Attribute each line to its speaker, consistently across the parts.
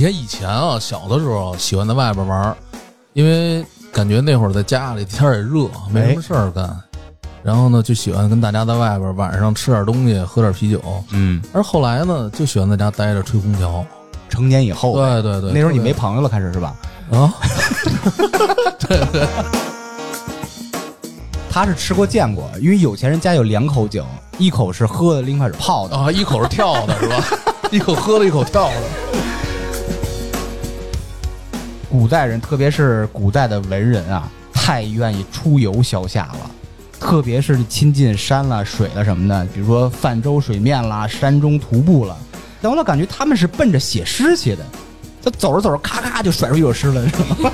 Speaker 1: 看以前啊，小的时候喜欢在外边玩儿，因为感觉那会儿在家里天儿也热，没
Speaker 2: 哎
Speaker 1: 什么事儿干，然后呢就喜欢跟大家在外边晚上吃点东西，喝点啤酒。
Speaker 2: 嗯，
Speaker 1: 而后来呢，就喜欢在家待着吹空调。
Speaker 2: 成年以后呗，
Speaker 1: 对对对，
Speaker 2: 那时候你
Speaker 1: 特别
Speaker 2: 没朋友了，开始是吧？
Speaker 1: 啊？
Speaker 2: 他是吃过见过，因为有钱人家有两口井，一口是喝的，另一口是泡的。
Speaker 1: 啊，一口是跳的是吧？ 一口喝了，一口跳的。
Speaker 2: 古代人，特别是古代的文人啊，太愿意出游消夏了，特别是亲近山啦、水啦什么的，比如说泛舟水面啦、山中徒步啦。但我老感觉他们是奔着写诗去的，他走着走着，咔咔就甩出一首诗了，是吧？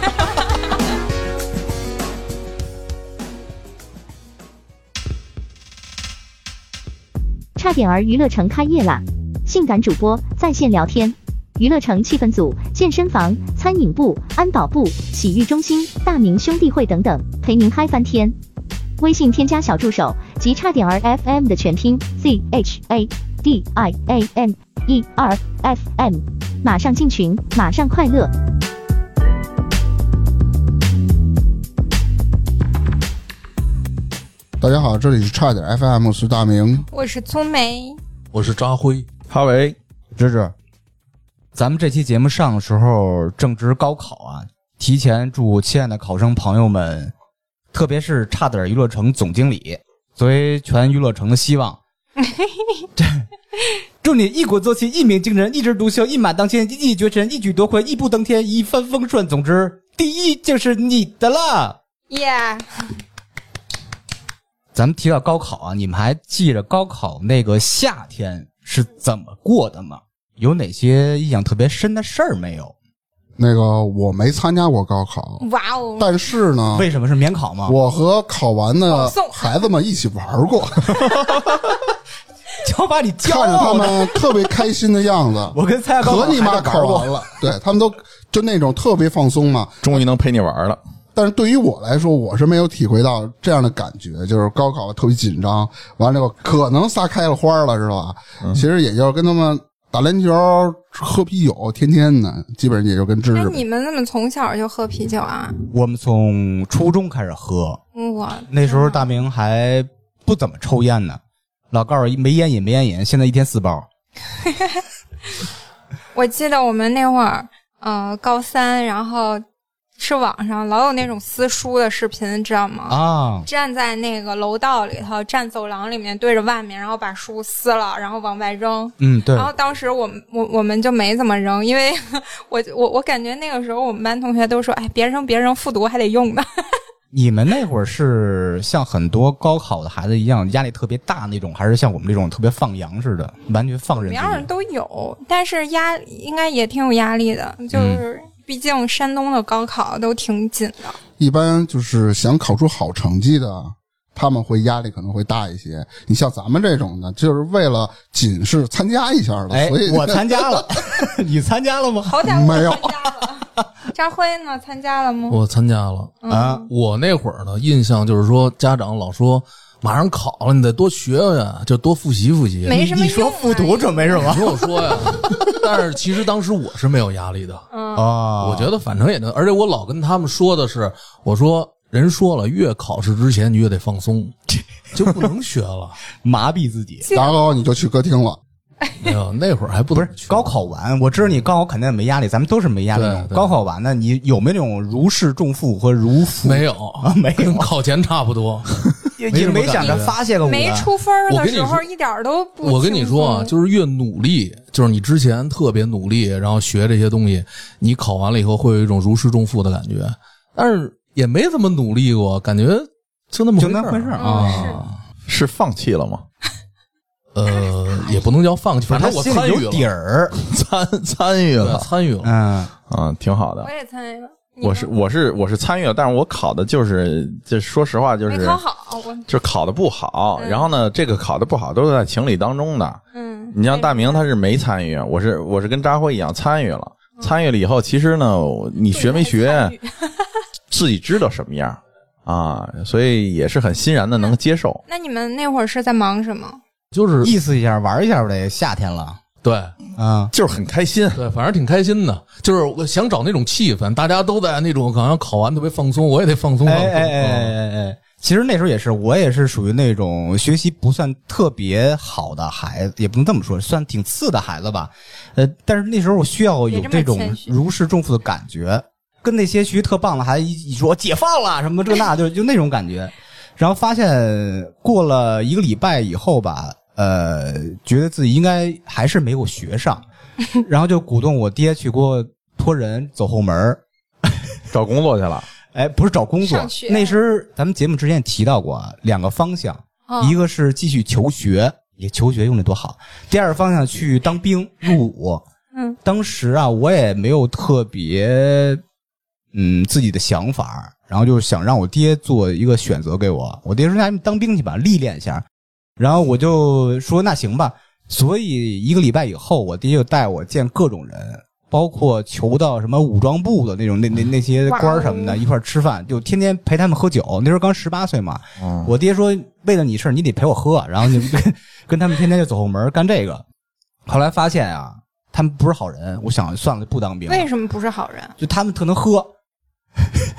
Speaker 3: 差点儿娱乐城开业啦！性感主播在线聊天，娱乐城气氛组、健身房、餐饮部、安保部、洗浴中心、大明兄弟会等等，陪您嗨翻天。微信添加小助手及差点儿 FM 的全拼 Z H A D I A M E R F M，马上进群，马上快乐。
Speaker 4: 大家好，这里是差点 FM，我是大明。
Speaker 5: 我是聪梅，
Speaker 1: 我是扎辉，
Speaker 6: 哈维，
Speaker 2: 芝芝，咱们这期节目上的时候正值高考啊，提前祝亲爱的考生朋友们，特别是差点娱乐城总经理作为全娱乐城的希望，这祝你一鼓作气、一鸣惊人、一枝独秀、一马当先、一骑绝尘、一举夺魁、一步登天、一帆风顺。总之，第一就是你的了。
Speaker 5: 耶、
Speaker 2: 咱们提到高考啊，你们还记着高考那个夏天是怎么过的吗？有哪些印象特别深的事儿没有？
Speaker 4: 那个我没参加过高考，
Speaker 5: 哇哦，
Speaker 4: 但是呢，
Speaker 2: 嗯为什么是免考吗？
Speaker 4: 啊我和考完
Speaker 5: 保
Speaker 4: 的
Speaker 5: 送
Speaker 4: 孩子们一起玩过，
Speaker 2: 就把你 骄
Speaker 4: 看着他
Speaker 2: 傲的，，
Speaker 4: 们特别开心的样子
Speaker 2: 我跟参加高考
Speaker 4: 和你妈啊
Speaker 2: 还得
Speaker 4: 考
Speaker 2: 玩
Speaker 4: 完
Speaker 2: 过，
Speaker 4: 了，对他们都就那种特别放松嘛。
Speaker 6: 终于能陪你玩了。
Speaker 4: 但是对于我来说，我是没有体会到这样的感觉，就是高考特别紧张，完了以后可能撒开了花儿了，知道吧？
Speaker 2: 嗯
Speaker 4: 其实也就是跟他们打篮球、喝啤酒，天天的，基本上也就跟知
Speaker 5: 那
Speaker 2: 哎
Speaker 4: 识吧
Speaker 5: 你们怎么从小就喝啤酒啊？嗯
Speaker 2: 我们从初中开始喝，
Speaker 5: 我
Speaker 2: 那时候大明还不怎么抽烟呢，老告诉没烟瘾没烟瘾，现在一天四包。
Speaker 5: 我记得我们那会儿，呃，高三，然后是网上老有那种撕书的视频，你知道吗？
Speaker 2: 啊，
Speaker 5: 站在那个楼道里头，站走廊里面，对着外面，然后把书撕了，然后往外扔。
Speaker 2: 嗯，对
Speaker 5: 然，后当时我们我我们就没怎么扔，因为 我我我感觉那个时候我们班同学都说，哎，别扔别扔，复读还得用呢。
Speaker 2: 你们那会儿是像很多高考的孩子一样压力特别大那种，还是像我们这种特别放羊似的，完全放任
Speaker 5: 每
Speaker 2: 自
Speaker 5: 样
Speaker 2: 己
Speaker 5: 人？都有，但是压应该也挺有压力的，就是毕竟山东的高考都挺紧的。
Speaker 4: 一般就是想考出好成绩的，他们会压力可能会大一些。你像咱们这种的，就是为了仅是参加一下了，
Speaker 2: 哎
Speaker 4: 所以，
Speaker 2: 我参加 了，你参加了吗？
Speaker 5: 好歹我
Speaker 4: 没有
Speaker 5: 参加了。张辉呢？参加了吗？
Speaker 1: 我参加了。
Speaker 2: 啊，
Speaker 1: 我那会儿呢，印象就是说，家长老说马上考了，你得多学学，就多复习复习。
Speaker 5: 没什么
Speaker 2: 你说
Speaker 5: 用啊
Speaker 2: 复读准备是
Speaker 1: 你
Speaker 2: 吗？
Speaker 1: 听我说 呀，但是其实当时我是没有压力的，
Speaker 5: 嗯
Speaker 2: 啊
Speaker 1: 我觉得反正也能，而且我老跟他们说的是，我说人说了，越考试之前你越得放松，就不能学 了。
Speaker 2: 麻痹自己。
Speaker 4: 然后你就去歌厅了。
Speaker 1: 哎呦，那会儿还不
Speaker 2: 不
Speaker 1: 能
Speaker 2: 是高考完，我知道你高考肯定也没压力，咱们都是没压力
Speaker 1: 对
Speaker 2: 的。
Speaker 1: 对
Speaker 2: 高考完呢，你有没有那种如释重负和如负？
Speaker 1: 没有
Speaker 2: 啊没有
Speaker 1: 跟考前差不 多。
Speaker 2: 也
Speaker 1: 没
Speaker 2: 也
Speaker 1: 什么
Speaker 2: 没想着
Speaker 1: 感觉
Speaker 2: 发泄个我。
Speaker 5: 没出分儿
Speaker 1: 我
Speaker 5: 的
Speaker 1: 跟你
Speaker 5: 时候
Speaker 1: 说
Speaker 5: 一点儿都不轻松。
Speaker 1: 我跟你说啊，就是越努力，就是你之前特别努力，然后学这些东西，你考完了以后会有一种如释重负的感觉，但是也没怎么努力过，感觉就那么
Speaker 2: 就
Speaker 1: 事
Speaker 2: 那
Speaker 1: 儿
Speaker 2: 回事儿
Speaker 5: 嗯
Speaker 1: 啊。
Speaker 6: 是放弃了吗？
Speaker 1: 呃，也不能叫放弃，反正我
Speaker 2: 心里
Speaker 1: 参与
Speaker 2: 有底
Speaker 1: 了，
Speaker 2: 儿。
Speaker 6: 参参与
Speaker 1: 对，
Speaker 6: 了，
Speaker 1: 参与了。
Speaker 2: 嗯，
Speaker 6: 嗯，挺好的
Speaker 5: 我。也参与了。你呢
Speaker 6: 我是我是我是参与了，但是我考的就是，就说实话就
Speaker 5: 没
Speaker 6: 是
Speaker 5: 考好，我
Speaker 6: 就是考的不好。
Speaker 5: 嗯
Speaker 6: 然后呢，这个考的不好都是在情理当中的。
Speaker 5: 嗯，
Speaker 6: 你像大明他是没参与，我是我是跟扎辉一样参与了。
Speaker 5: 嗯
Speaker 6: 参与了以后，其实呢，你学没学
Speaker 5: 参，与？
Speaker 6: 自己知道什么样啊，所以也是很欣然的能接受。
Speaker 5: 那你们那会儿是在忙什么？
Speaker 1: 就是
Speaker 2: 意思一下，玩一下呗。夏天了，
Speaker 1: 对
Speaker 2: 啊，
Speaker 6: 就是很开心。
Speaker 1: 对，反正挺开心的，就是我想找那种气氛，大家都在那种好像考完特别放松，我也得放松
Speaker 2: 哎
Speaker 1: 放松。啊
Speaker 2: 哎哎哎哎哎，其实那时候也是，我也是属于那种学习不算特别好的孩子，也不能这么说，算挺次的孩子吧。呃，但是那时候我需要有
Speaker 5: 别这么
Speaker 2: 这种
Speaker 5: 谦虚
Speaker 2: 如释重负的感觉，跟那些学习特棒的孩子一一说解放了什么这那，就就那种感觉。然后发现过了一个礼拜以后吧，呃，觉得自己应该还是没有学上，然后就鼓动我爹去给我托人走后门儿
Speaker 6: 找工作去了，
Speaker 2: 哎，不是找工作
Speaker 5: 上学，
Speaker 2: 那时候咱们节目之前也提到过啊两个方向，
Speaker 5: 哦
Speaker 2: 一个是继续求学，也求学用的多好；第二个方向去当兵入伍。
Speaker 5: 嗯，
Speaker 2: 当时啊，我也没有特别嗯自己的想法，然后就是想让我爹做一个选择给我。我爹说：“那你当兵去吧，历练一下。”然后我就说：“那行吧。”所以一个礼拜以后，我爹就带我见各种人，包括求到什么武装部的那种那那那些官儿什么的，一块儿吃饭，就天天陪他们喝酒。那时候刚十八岁嘛，
Speaker 6: 嗯，
Speaker 2: 我爹说为了你事儿你得陪我喝，然后就 跟跟他们天天就走后门儿干这个。后来发现啊，他们不是好人，我想算了，不当兵了。
Speaker 5: 为什么不是好人？
Speaker 2: 就他们特能喝，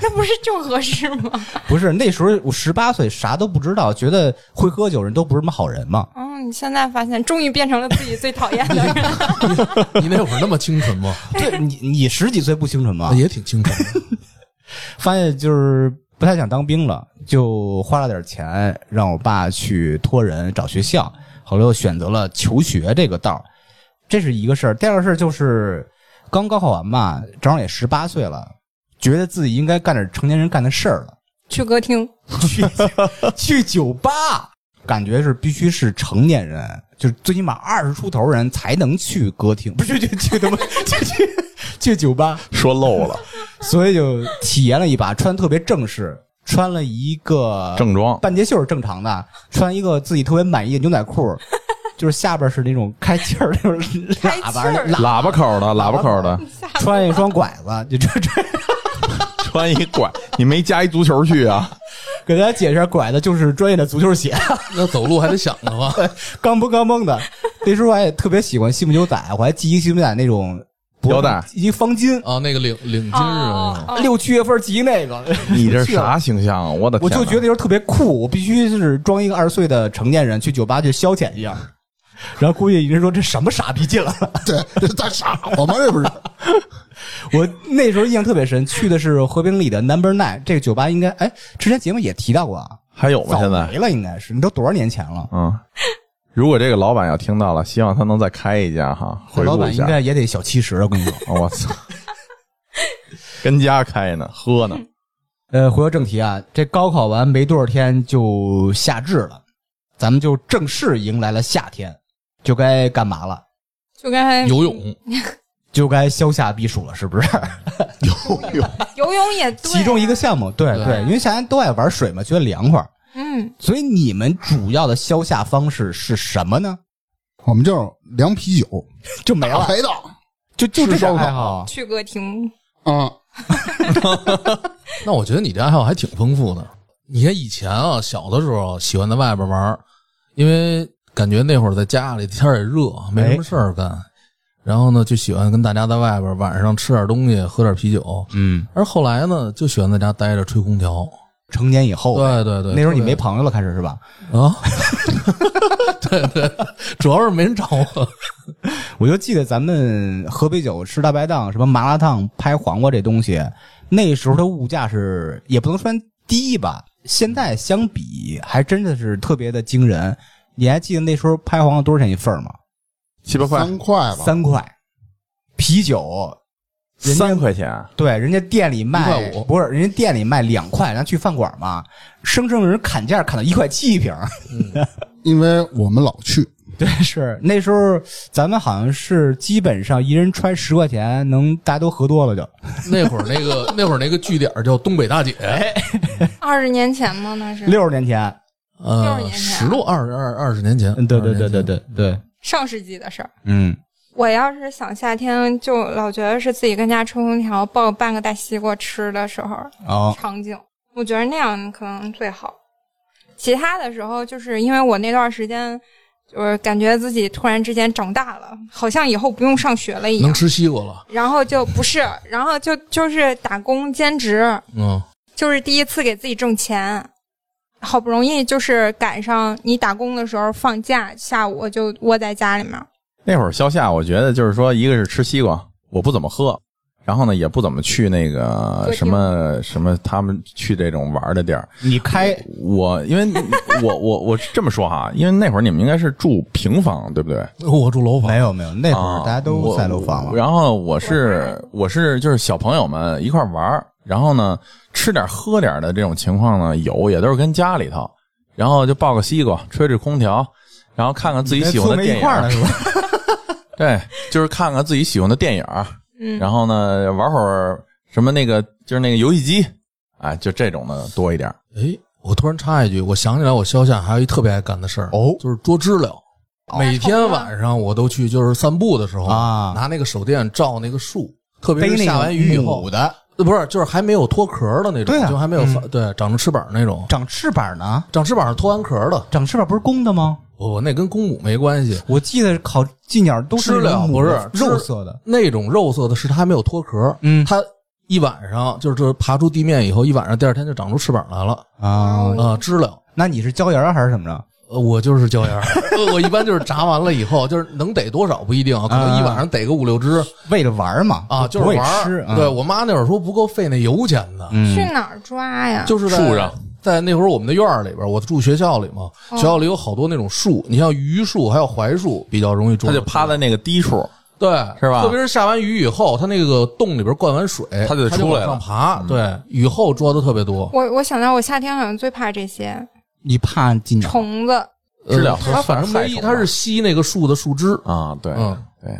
Speaker 5: 那不是正合适吗？
Speaker 2: 不是那时候我十八岁，啥都不知道，觉得会喝酒人都不是什么好人嘛。
Speaker 5: 嗯，你现在发现，终于变成了自己最讨厌的人。
Speaker 2: 哎
Speaker 1: 你那会儿那么清纯吗？啊
Speaker 2: 对你，你十几岁不清纯吗？
Speaker 1: 也挺清纯的。
Speaker 2: 发现就是不太想当兵了，就花了点钱让我爸去托人找学校。后来又选择了求学这个道儿这是一个事儿。第二个事儿就是刚高考完嘛，正好也十八岁了，觉得自己应该干点成年人干的事儿了。
Speaker 5: 去歌厅，
Speaker 2: 去去酒 吧，感觉是必须是成年人，就是最起码二十出头人才能去歌厅，不是去去去他妈去去去酒吧，
Speaker 6: 说漏了，
Speaker 2: 所以就体验了一把，穿得特别正式，穿了一个
Speaker 6: 正装
Speaker 2: 半截袖是正常的，穿一个自己特别满意的牛仔 裤，就是下边是那种开气儿那种
Speaker 5: 开
Speaker 2: 喇叭
Speaker 5: 气儿
Speaker 2: 喇，
Speaker 6: 喇叭口的，喇叭口的，
Speaker 2: 穿一双拐子，就这这。
Speaker 6: 穿一拐，你没加一足球去啊？
Speaker 2: 给大家解释一下，拐子就是专业的足球鞋。
Speaker 1: 那走路还得想着吧？
Speaker 2: 刚蹦刚蹦的。那时候我还特别喜欢西木牛仔，我还系一个西木牛仔那种脖
Speaker 6: 腰
Speaker 2: 子
Speaker 6: 带
Speaker 2: 一个方巾。
Speaker 1: 啊，那个领领巾啊，
Speaker 5: 哦
Speaker 2: 六七月份系那个，
Speaker 6: 你这啥形象啊？我的
Speaker 2: 我
Speaker 6: 天哪，
Speaker 2: 就觉得那时候特别酷，我必须是装一个二十岁的成年人去酒吧去消遣一样。然后估计人说这什么傻逼啊进来了。
Speaker 4: 对，这大傻瓜吗？这不是？
Speaker 2: 我那时候印象特别深，去的是和平里的 Number Nine 这个酒吧，应该哎之前节目也提到过啊，
Speaker 6: 还有吗？
Speaker 2: 早
Speaker 6: 现
Speaker 2: 没
Speaker 6: 在，
Speaker 2: 了，应该是你都多少年前了？
Speaker 6: 嗯，如果这个老板要听到了，希望他能再开一家哈，回
Speaker 2: 老
Speaker 6: 顾
Speaker 2: 板
Speaker 6: 一
Speaker 2: 应
Speaker 6: 下。
Speaker 2: 该也得小七十，我跟你说。
Speaker 6: 哦我操， 跟家开呢，喝呢，
Speaker 2: 呃，回到正题啊，这高考完没多少天就夏至了，咱们就正式迎来了夏天，就该干嘛了？
Speaker 5: 就该
Speaker 1: 游泳
Speaker 2: 就该消夏避暑了，是不是？
Speaker 5: 游泳也对啊，
Speaker 2: 其中一个项目，对对
Speaker 1: 对
Speaker 2: 因为夏天都爱玩水嘛，觉得凉快儿，
Speaker 5: 嗯，
Speaker 2: 所以你们主要的消夏方式是什么呢？
Speaker 4: 我们就是凉啤酒，
Speaker 2: 就没
Speaker 4: 大
Speaker 2: 了，
Speaker 4: 排档
Speaker 2: 就就这
Speaker 4: 吃烧
Speaker 2: 点
Speaker 4: 烤
Speaker 2: 爱好。
Speaker 5: 去歌厅，
Speaker 4: 啊，
Speaker 1: 那我觉得你这爱好还挺丰富的。你看以前啊，小的时候喜欢在外边玩儿，因为感觉那会儿在家里天儿也热，没
Speaker 2: 哎
Speaker 1: 什么事儿干，然后呢就喜欢跟大家在外边晚上吃点东西，喝点啤酒。
Speaker 2: 嗯，
Speaker 1: 而后来呢，就喜欢在家待着吹空调。
Speaker 2: 成年以后呗，
Speaker 1: 对对对，
Speaker 2: 那时候你
Speaker 1: 特别
Speaker 2: 没朋友了，开始是吧？
Speaker 1: 啊？ 对对，主要是没人找我。
Speaker 2: 我就记得咱们喝杯酒、吃大排档、什么麻辣烫、拍黄瓜这东西，那时候的物价是也不能算低吧，现在相比还真的是特别的惊人。你还记得那时候拍黄瓜多少钱一份儿吗？
Speaker 6: 七八块，
Speaker 4: 三块吧，
Speaker 2: 三块。啤酒，人家
Speaker 6: 三块钱，
Speaker 2: 对，人家店里卖
Speaker 1: 1.5
Speaker 2: 不是，人家店里卖两块，然后去饭馆嘛，生生有人砍价砍到一块七一瓶儿。
Speaker 4: 因为我们老去，
Speaker 2: 对，是那时候咱们好像是基本上一人揣十块钱，能大家都喝多了就。
Speaker 1: 那会儿那个那会儿那个据点叫东北大姐，
Speaker 2: 哎
Speaker 5: 二十年前吗？那是
Speaker 2: 六十年前，
Speaker 5: 60
Speaker 1: 呃，
Speaker 5: 年前
Speaker 1: 十多二二二十年前，
Speaker 2: 嗯，对对
Speaker 1: 20
Speaker 2: 对
Speaker 1: 年
Speaker 2: 对
Speaker 1: 前，
Speaker 2: 对对，
Speaker 5: 上世纪的事儿。
Speaker 2: 嗯，
Speaker 5: 我要是想夏天，就老觉得是自己跟家吹空调，抱半个大西瓜吃的时候
Speaker 2: 哦，
Speaker 5: 场景，我觉得那样可能最好。其他的时候，就是因为我那段时间就是感觉自己突然之间长大了，好像以后不用上学了一
Speaker 1: 能
Speaker 5: 样。
Speaker 1: 吃西瓜了，
Speaker 5: 然后就不是，然后就就是打工兼职，
Speaker 1: 嗯
Speaker 5: 就是第一次给自己挣钱，好不容易就是赶上你打工的时候放假，下午我就窝在家里面。
Speaker 6: 那会儿消夏，我觉得就是说，一个是吃西瓜，我不怎么喝，然后呢也不怎么去那个
Speaker 5: 对
Speaker 6: 什么什么他们去这种玩的地儿。
Speaker 2: 你开
Speaker 6: 我因为 我我我是这么说哈，因为那会儿你们应该是住平房，对不对？
Speaker 1: 我住楼
Speaker 2: 没
Speaker 1: 房，
Speaker 2: 有没有，那会儿
Speaker 6: 啊
Speaker 2: 哎大家都
Speaker 6: 我
Speaker 2: 在楼房了。
Speaker 6: 然后我是我是就是小朋友们一块儿玩儿然后呢吃点儿喝点儿的这种情况呢有，也都是跟家里头，然后就抱个西瓜，吹吹空调，然后看看自己喜欢的电
Speaker 2: 一块儿了
Speaker 6: 影，
Speaker 2: 是吧？
Speaker 6: 对，就是看看自己喜欢的电影儿，
Speaker 5: 嗯，
Speaker 6: 然后呢玩会儿什么那个就是那个游戏机，啊，就这种的多一点儿。
Speaker 1: 哎，我突然插一句，我想起来我消夏还有一特别爱干的事儿，
Speaker 2: 哦
Speaker 1: 就是捉知了。每天晚上我都去，就是散步的时候
Speaker 2: 啊
Speaker 1: 拿那个手电照那个树，特别
Speaker 2: 背
Speaker 1: 是
Speaker 2: 那
Speaker 1: 下
Speaker 2: 个
Speaker 1: 完雨以后
Speaker 2: 母，的
Speaker 1: 呃不是就是还没有脱壳的那种，
Speaker 2: 对啊
Speaker 1: 就还没有发、对长着翅膀那种，
Speaker 2: 长翅膀呢，
Speaker 1: 长翅膀是脱完壳的，
Speaker 2: 长翅膀不是公的吗？
Speaker 1: 我我那跟公母没关系，
Speaker 2: 我记得烤鸡鸟都是
Speaker 1: 知
Speaker 2: 那
Speaker 1: 了
Speaker 2: 种母
Speaker 1: 不是
Speaker 2: 的肉色的，
Speaker 1: 那种肉色的是它还没有脱壳，
Speaker 2: 嗯
Speaker 1: 它一晚上就是这爬出地面以后，一晚上第二天就长出翅膀来了
Speaker 2: 啊
Speaker 5: 哦。
Speaker 1: 啊、知了。
Speaker 2: 那你是椒盐儿还是怎么着？
Speaker 1: 呃我就是椒盐儿，呃我一般就是炸完了以后，就是能逮多少不一定啊，可能一晚上逮个五六只
Speaker 2: 为了玩儿嘛
Speaker 1: 啊，就是
Speaker 2: 不为
Speaker 1: 玩儿
Speaker 2: 吃。啊
Speaker 1: 对我妈那会儿说不够费那油钱的，
Speaker 2: 嗯
Speaker 5: 去哪儿抓呀？
Speaker 1: 就是在
Speaker 6: 树上，
Speaker 1: 在那会儿我们的院儿里边，我住学校里嘛，
Speaker 5: 哦
Speaker 1: 学校里有好多那种树，你像榆树还有槐树比较容易捉
Speaker 6: 他
Speaker 1: 到。
Speaker 6: 就趴在那个低处，
Speaker 1: 对，
Speaker 6: 是吧
Speaker 1: 特别是下完雨以后，它那个洞里边灌完水，它
Speaker 6: 它就得出来
Speaker 1: 往
Speaker 6: 了嗯
Speaker 1: 上爬。对，雨后捉的特别多。
Speaker 5: 我我想到我夏天好像最怕这些
Speaker 2: 你怕鸡鸟
Speaker 5: 虫子，
Speaker 1: 呃
Speaker 6: 知了
Speaker 1: 它反正没
Speaker 6: 害虫吧
Speaker 1: 它是吸那个树的树枝。
Speaker 6: 啊，对、
Speaker 1: 嗯
Speaker 6: 对，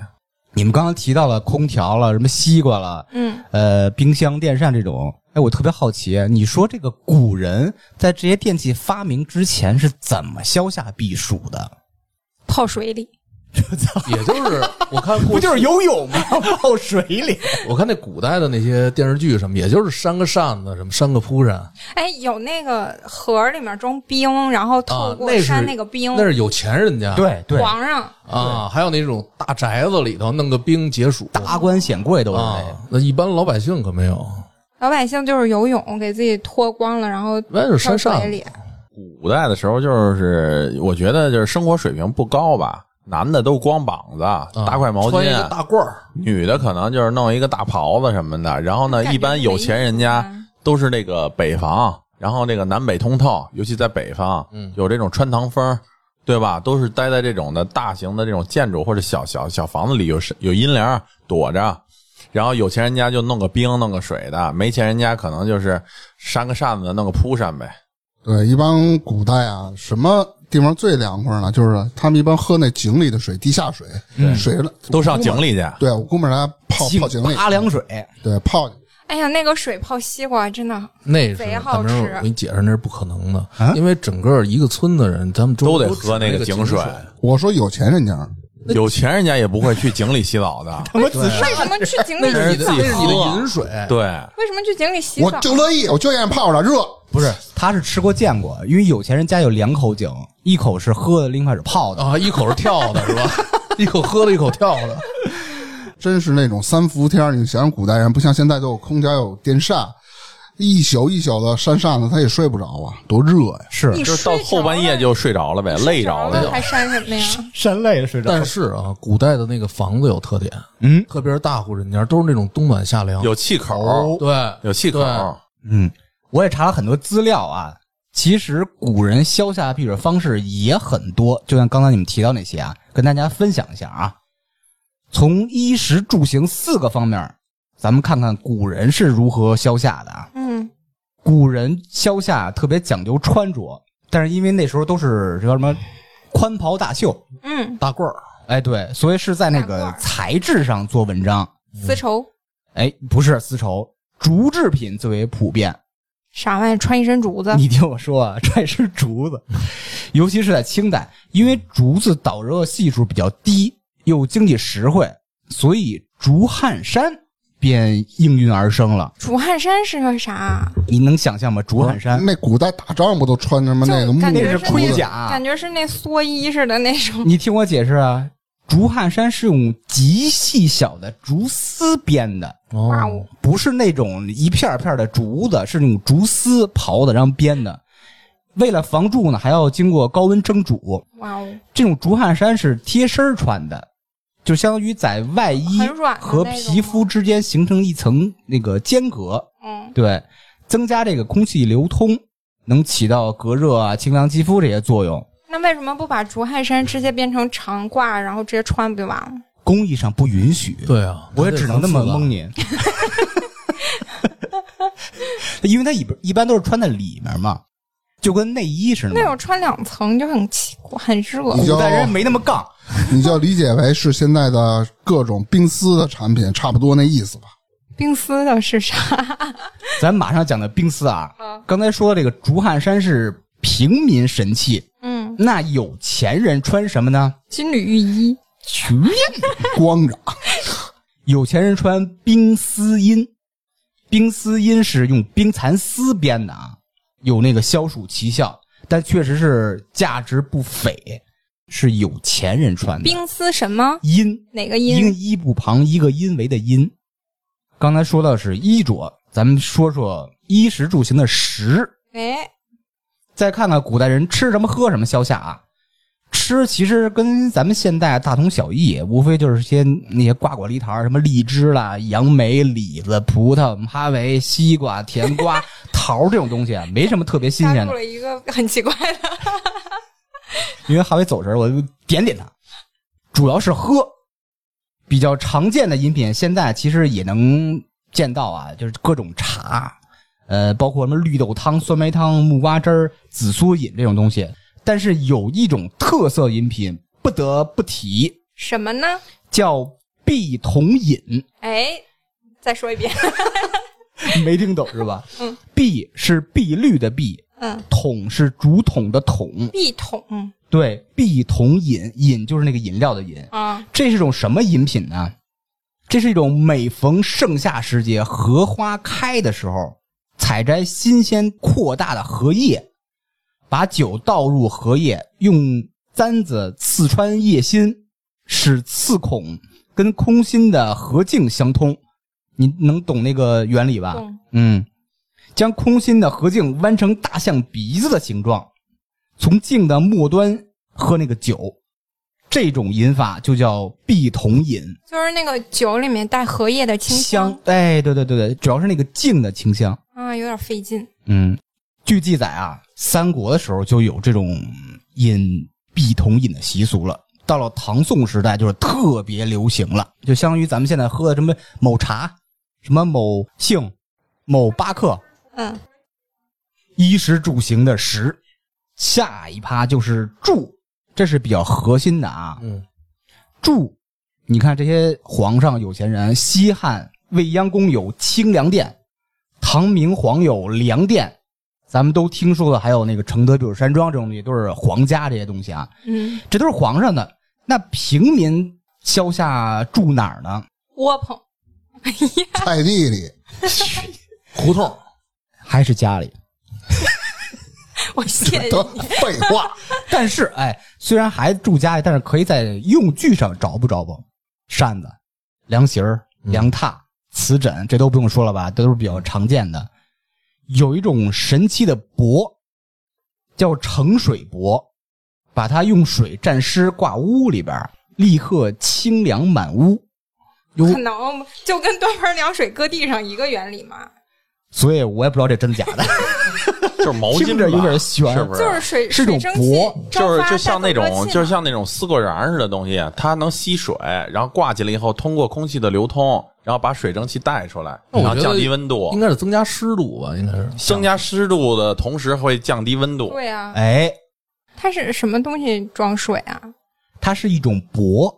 Speaker 2: 你们刚刚提到了空调了，什么西瓜了，
Speaker 5: 嗯，
Speaker 2: 呃，冰箱、电扇这种。哎，我特别好奇，你说这个古人在这些电器发明之前是怎么消夏避暑的？
Speaker 5: 泡水里。
Speaker 1: 也就是我看过去，
Speaker 2: 不就是游泳吗？ 泡水里。
Speaker 1: 我看那古代的那些电视剧什么，也就是扇个扇子，什么扇个扑扇啊
Speaker 5: 哎，有那个盒儿里面装冰，然后透
Speaker 1: 啊，
Speaker 5: 过
Speaker 1: 那是
Speaker 5: 扇那个冰，
Speaker 1: 那是有钱人家
Speaker 2: 对对，
Speaker 5: 皇上
Speaker 1: 啊，还有那种大宅子里头弄个冰解暑
Speaker 2: 达官显贵都是这样。
Speaker 1: 啊，那一般老百姓可没有。
Speaker 5: 老百姓就是游泳，给自己脱光了，然后
Speaker 1: 那是
Speaker 5: 跳
Speaker 1: 扇扇
Speaker 5: 水
Speaker 1: 子
Speaker 5: 里。
Speaker 6: 古代的时候，就是我觉得就是生活水平不高吧，男的都光膀子，
Speaker 1: 啊
Speaker 6: 搭块毛
Speaker 1: 穿一
Speaker 6: 巾
Speaker 1: 个，大褂儿，
Speaker 6: 女的可能就是弄一个大袍子什么的。然后呢，
Speaker 5: 感觉
Speaker 6: 一般有钱人
Speaker 5: 没意
Speaker 6: 家
Speaker 5: 思啊
Speaker 6: 都是这个北房，然后这个南北通透，尤其在北方，
Speaker 1: 嗯
Speaker 6: 有这种穿堂风。对吧？都是待在这种的大型的这种建筑或者小小小房子里有，是有阴凉躲着，然后有钱人家就弄个冰弄个水的，没钱人家可能就是扇个扇子弄个铺扇呗。
Speaker 4: 对，一般古代啊，什么地方最凉快呢？就是他们一般喝那井里的水，地下水，
Speaker 2: 嗯
Speaker 4: 水了
Speaker 6: 都上井。里去。
Speaker 4: 对，我估摸着大家泡泡井里，
Speaker 2: 八凉水，
Speaker 4: 对，泡进去
Speaker 5: 哎呀，那个水泡西瓜真的
Speaker 1: 那是
Speaker 5: 贼
Speaker 1: 咱
Speaker 5: 好
Speaker 1: 们
Speaker 5: 吃
Speaker 1: 我给你解释，那是不可能的
Speaker 2: 啊，。
Speaker 1: 因为整个一个村的人，咱们周
Speaker 6: 都得
Speaker 1: 围
Speaker 6: 喝
Speaker 1: 只那
Speaker 6: 个
Speaker 1: 井
Speaker 6: 水。
Speaker 4: 我说有钱人家，
Speaker 6: 有钱人家也不会去井里洗澡的
Speaker 2: 我只是
Speaker 5: 为什么去井
Speaker 1: 那
Speaker 5: 里
Speaker 1: 是你的，
Speaker 5: 洗澡
Speaker 1: 那？是你啊的
Speaker 6: 喝
Speaker 1: 饮水。
Speaker 6: 对，
Speaker 5: 为什么去井里洗
Speaker 4: 我
Speaker 5: 澡？
Speaker 4: 就乐意，我就愿意泡着热。
Speaker 2: 不是，他是吃过见过，因为有钱人家有两口井，一口是喝的，另一口是泡的。
Speaker 1: 啊，一口是跳的，是 吧？一口喝了，一口跳的。
Speaker 4: 真是那种三伏天儿，你想想古代人不像现在都有空调有电扇，一宿一宿的扇扇子，他也睡不着啊，多热呀！
Speaker 2: 是
Speaker 5: 你
Speaker 6: 就是到
Speaker 5: 睡着
Speaker 6: 后半夜
Speaker 5: 了
Speaker 6: 就睡着了呗，累着了
Speaker 5: 了
Speaker 6: 就。
Speaker 5: 还扇什么呀？
Speaker 2: 扇累了睡
Speaker 1: 但是啊，古代的那个房子有特点，
Speaker 2: 嗯
Speaker 1: 特别是大户人家，都是那种冬暖夏凉。
Speaker 6: 有气口，
Speaker 1: 对，
Speaker 6: 有气口，
Speaker 1: 对
Speaker 2: 嗯，我也查了很多资料啊。其实古人消夏避暑方式也很多，就像刚才你们提到那些啊，跟大家分享一下啊。从衣食住行四个方面，咱们看看古人是如何消夏的啊。
Speaker 5: 嗯，
Speaker 2: 古人消夏特别讲究穿着，但是因为那时候都是叫什么宽袍大袖，
Speaker 5: 嗯，
Speaker 1: 大褂儿。
Speaker 2: 哎，对，所以是在那
Speaker 5: 大
Speaker 2: 个
Speaker 5: 褂儿
Speaker 2: 材质上做文章。
Speaker 5: 丝绸
Speaker 2: 哎，不是丝绸，竹制品最为普遍。
Speaker 5: 啥玩意儿？穿一身竹子，
Speaker 2: 你听我说啊，这是竹子，尤其是在清代，因为竹子导热系数比较低，又经济实惠，所以竹汗衫便应运而生了。
Speaker 5: 楚汉衫是个啥？
Speaker 2: 你能想象吗？竹汉衫，
Speaker 4: 那古代打仗不都穿什么那个
Speaker 5: 就
Speaker 4: 木
Speaker 5: 感觉
Speaker 4: 头
Speaker 5: 是
Speaker 4: 的
Speaker 5: 盔
Speaker 4: 裤子
Speaker 2: 甲
Speaker 5: 感觉是那蓑衣似的那种。
Speaker 2: 你听我解释啊，竹汉衫是用极细小的竹丝编的，
Speaker 5: 哇
Speaker 1: 哦
Speaker 5: 哦，
Speaker 2: 不是那种一片儿片儿的竹子，是那种竹丝刨的，然后编的。为了防蛀呢，还要经过高温蒸煮。
Speaker 5: 哇哦，
Speaker 2: 这种竹汗衫是贴身儿穿的，就相当于在外衣
Speaker 5: 很软的
Speaker 2: 和
Speaker 5: 那种
Speaker 2: 皮肤之间形成一层那个间隔，
Speaker 5: 嗯，
Speaker 2: 对，增加这个空气流通，能起到隔热啊、清凉肌肤这些作用。
Speaker 5: 那为什么不把竹汉衫直接变成长褂，然后直接穿不就完了？
Speaker 2: 工艺上不允许，
Speaker 1: 对啊，
Speaker 2: 我也只能那么蒙您。因为它一般一般都是穿在里面嘛，就跟内衣似的
Speaker 5: 那种
Speaker 2: 嘛。
Speaker 5: 穿两层就很奇怪，很热。
Speaker 4: 你就
Speaker 2: 古代人没那么杠，
Speaker 4: 你就理解为是现在的各种冰丝的产品，差不多那意思 吧。
Speaker 5: 冰丝的是啥？
Speaker 2: 咱马上讲的冰丝啊
Speaker 5: 嗯，
Speaker 2: 刚才说这个竹汉衫是平民神器，
Speaker 5: 嗯，
Speaker 2: 那有钱人穿什么呢？
Speaker 5: 金缕玉衣。
Speaker 2: 去，
Speaker 4: 光着
Speaker 2: 有钱人穿冰丝阴，冰丝阴是用冰蚕丝编的啊，有那个消暑奇效，但确实是价值不菲，是有钱人穿的。
Speaker 5: 冰丝什么？
Speaker 2: 阴，
Speaker 5: 哪个
Speaker 2: 一个
Speaker 5: 音？
Speaker 2: 衣不旁一个因为的因。刚才说到是衣着，咱们说说衣食住行的食。
Speaker 5: 哎，
Speaker 2: 再看看古代人吃什么喝什么消夏啊。吃其实跟咱们现代大同小异，无非就是些那些瓜果梨桃，什么荔枝啦、杨梅、李子、葡萄、哈维、西瓜、甜瓜、桃这种东西，啊，没什么特别新
Speaker 5: 加
Speaker 2: 鲜
Speaker 5: 入
Speaker 2: 的。
Speaker 5: 了一个很奇怪的。
Speaker 2: 因为哈维走神儿，我就点点他。主要是喝，比较常见的饮品，现在其实也能见到啊，就是各种茶，呃，包括什么绿豆汤、酸梅汤、木瓜汁儿、紫苏饮这种东西。但是有一种特色饮品不得不提，
Speaker 5: 什么呢？
Speaker 2: 叫碧桶饮，
Speaker 5: 哎，再说一遍。
Speaker 2: 没听懂是吧？嗯，碧是碧绿的碧，
Speaker 5: 嗯，
Speaker 2: 桶是竹筒的桶，
Speaker 5: 壁桶
Speaker 2: 对，碧桶饮，饮就是那个饮料的饮。
Speaker 5: 啊，
Speaker 2: 这是一种什么饮品呢？这是一种每逢盛夏时节，荷花开的时候，采摘新鲜扩大的荷叶，把酒倒入荷叶，用簪子刺穿叶心，使刺孔跟空心的荷茎相通。你能懂那个原理吧？
Speaker 5: 懂
Speaker 2: 嗯，将空心的荷茎弯成大象鼻子的形状，从茎的末端喝那个酒。这种饮法就叫碧桶饮，
Speaker 5: 就是那个酒里面带荷叶的清
Speaker 2: 香。哎，对对对对，主要是那个茎的清香。
Speaker 5: 啊，有点费劲。
Speaker 2: 嗯，据记载啊，三国的时候就有这种饮碧桶饮的习俗了。到了唐宋时代，就是特别流行了，就相当于咱们现在喝的什么某茶、什么某杏、某巴克，
Speaker 5: 嗯，
Speaker 2: 衣食住行的食。下一趴就是住，这是比较核心的啊。
Speaker 1: 嗯，
Speaker 2: 住，你看这些皇上、有钱人，西汉未央宫有清凉殿，唐明皇有凉殿，咱们都听说的，还有那个承德避暑山庄这种东西，都是皇家这些东西啊，
Speaker 5: 嗯，
Speaker 2: 这都是皇上的。那平民消夏住哪儿呢？
Speaker 5: 窝棚。
Speaker 4: 菜地里，
Speaker 1: 胡同
Speaker 2: 还是家里？
Speaker 5: 我谢谢
Speaker 4: 都
Speaker 5: 你。
Speaker 4: 废话，
Speaker 2: 但是，哎，虽然还住家里，但是可以在用具上找不着吧？扇子、凉席儿、
Speaker 5: 嗯
Speaker 2: 凉榻、瓷枕，这都不用说了吧？这都是比较常见的。有一种神奇的钵，叫盛水钵，把它用水蘸湿，挂屋里边儿，立刻清凉满屋。有
Speaker 5: 可能就跟端盆凉水搁地上一个原理嘛，
Speaker 2: 所以我也不知道这真假 的。
Speaker 6: 就是毛巾吧，
Speaker 2: 听着有点悬
Speaker 6: 是不
Speaker 5: 就是水
Speaker 2: 是
Speaker 5: 水
Speaker 2: 种
Speaker 5: 蒸气
Speaker 2: 钵
Speaker 5: 蒸
Speaker 6: 就是
Speaker 5: 发
Speaker 6: 就像那
Speaker 5: 带走热
Speaker 6: 种，
Speaker 5: 气
Speaker 6: 就是
Speaker 5: 嘛
Speaker 6: 像那种丝瓜瓤似的东西，它能吸水，然后挂起来以后，通过空气的流通，然后把水蒸气带出来，
Speaker 1: 那我觉
Speaker 6: 然后
Speaker 1: 得
Speaker 6: 降低温度
Speaker 1: 应，该是增加湿度吧？应该是
Speaker 6: 增加湿度的同时会降低温度。
Speaker 5: 对啊，
Speaker 2: 哎，
Speaker 5: 它是什么东西装水啊？
Speaker 2: 它是一种钵，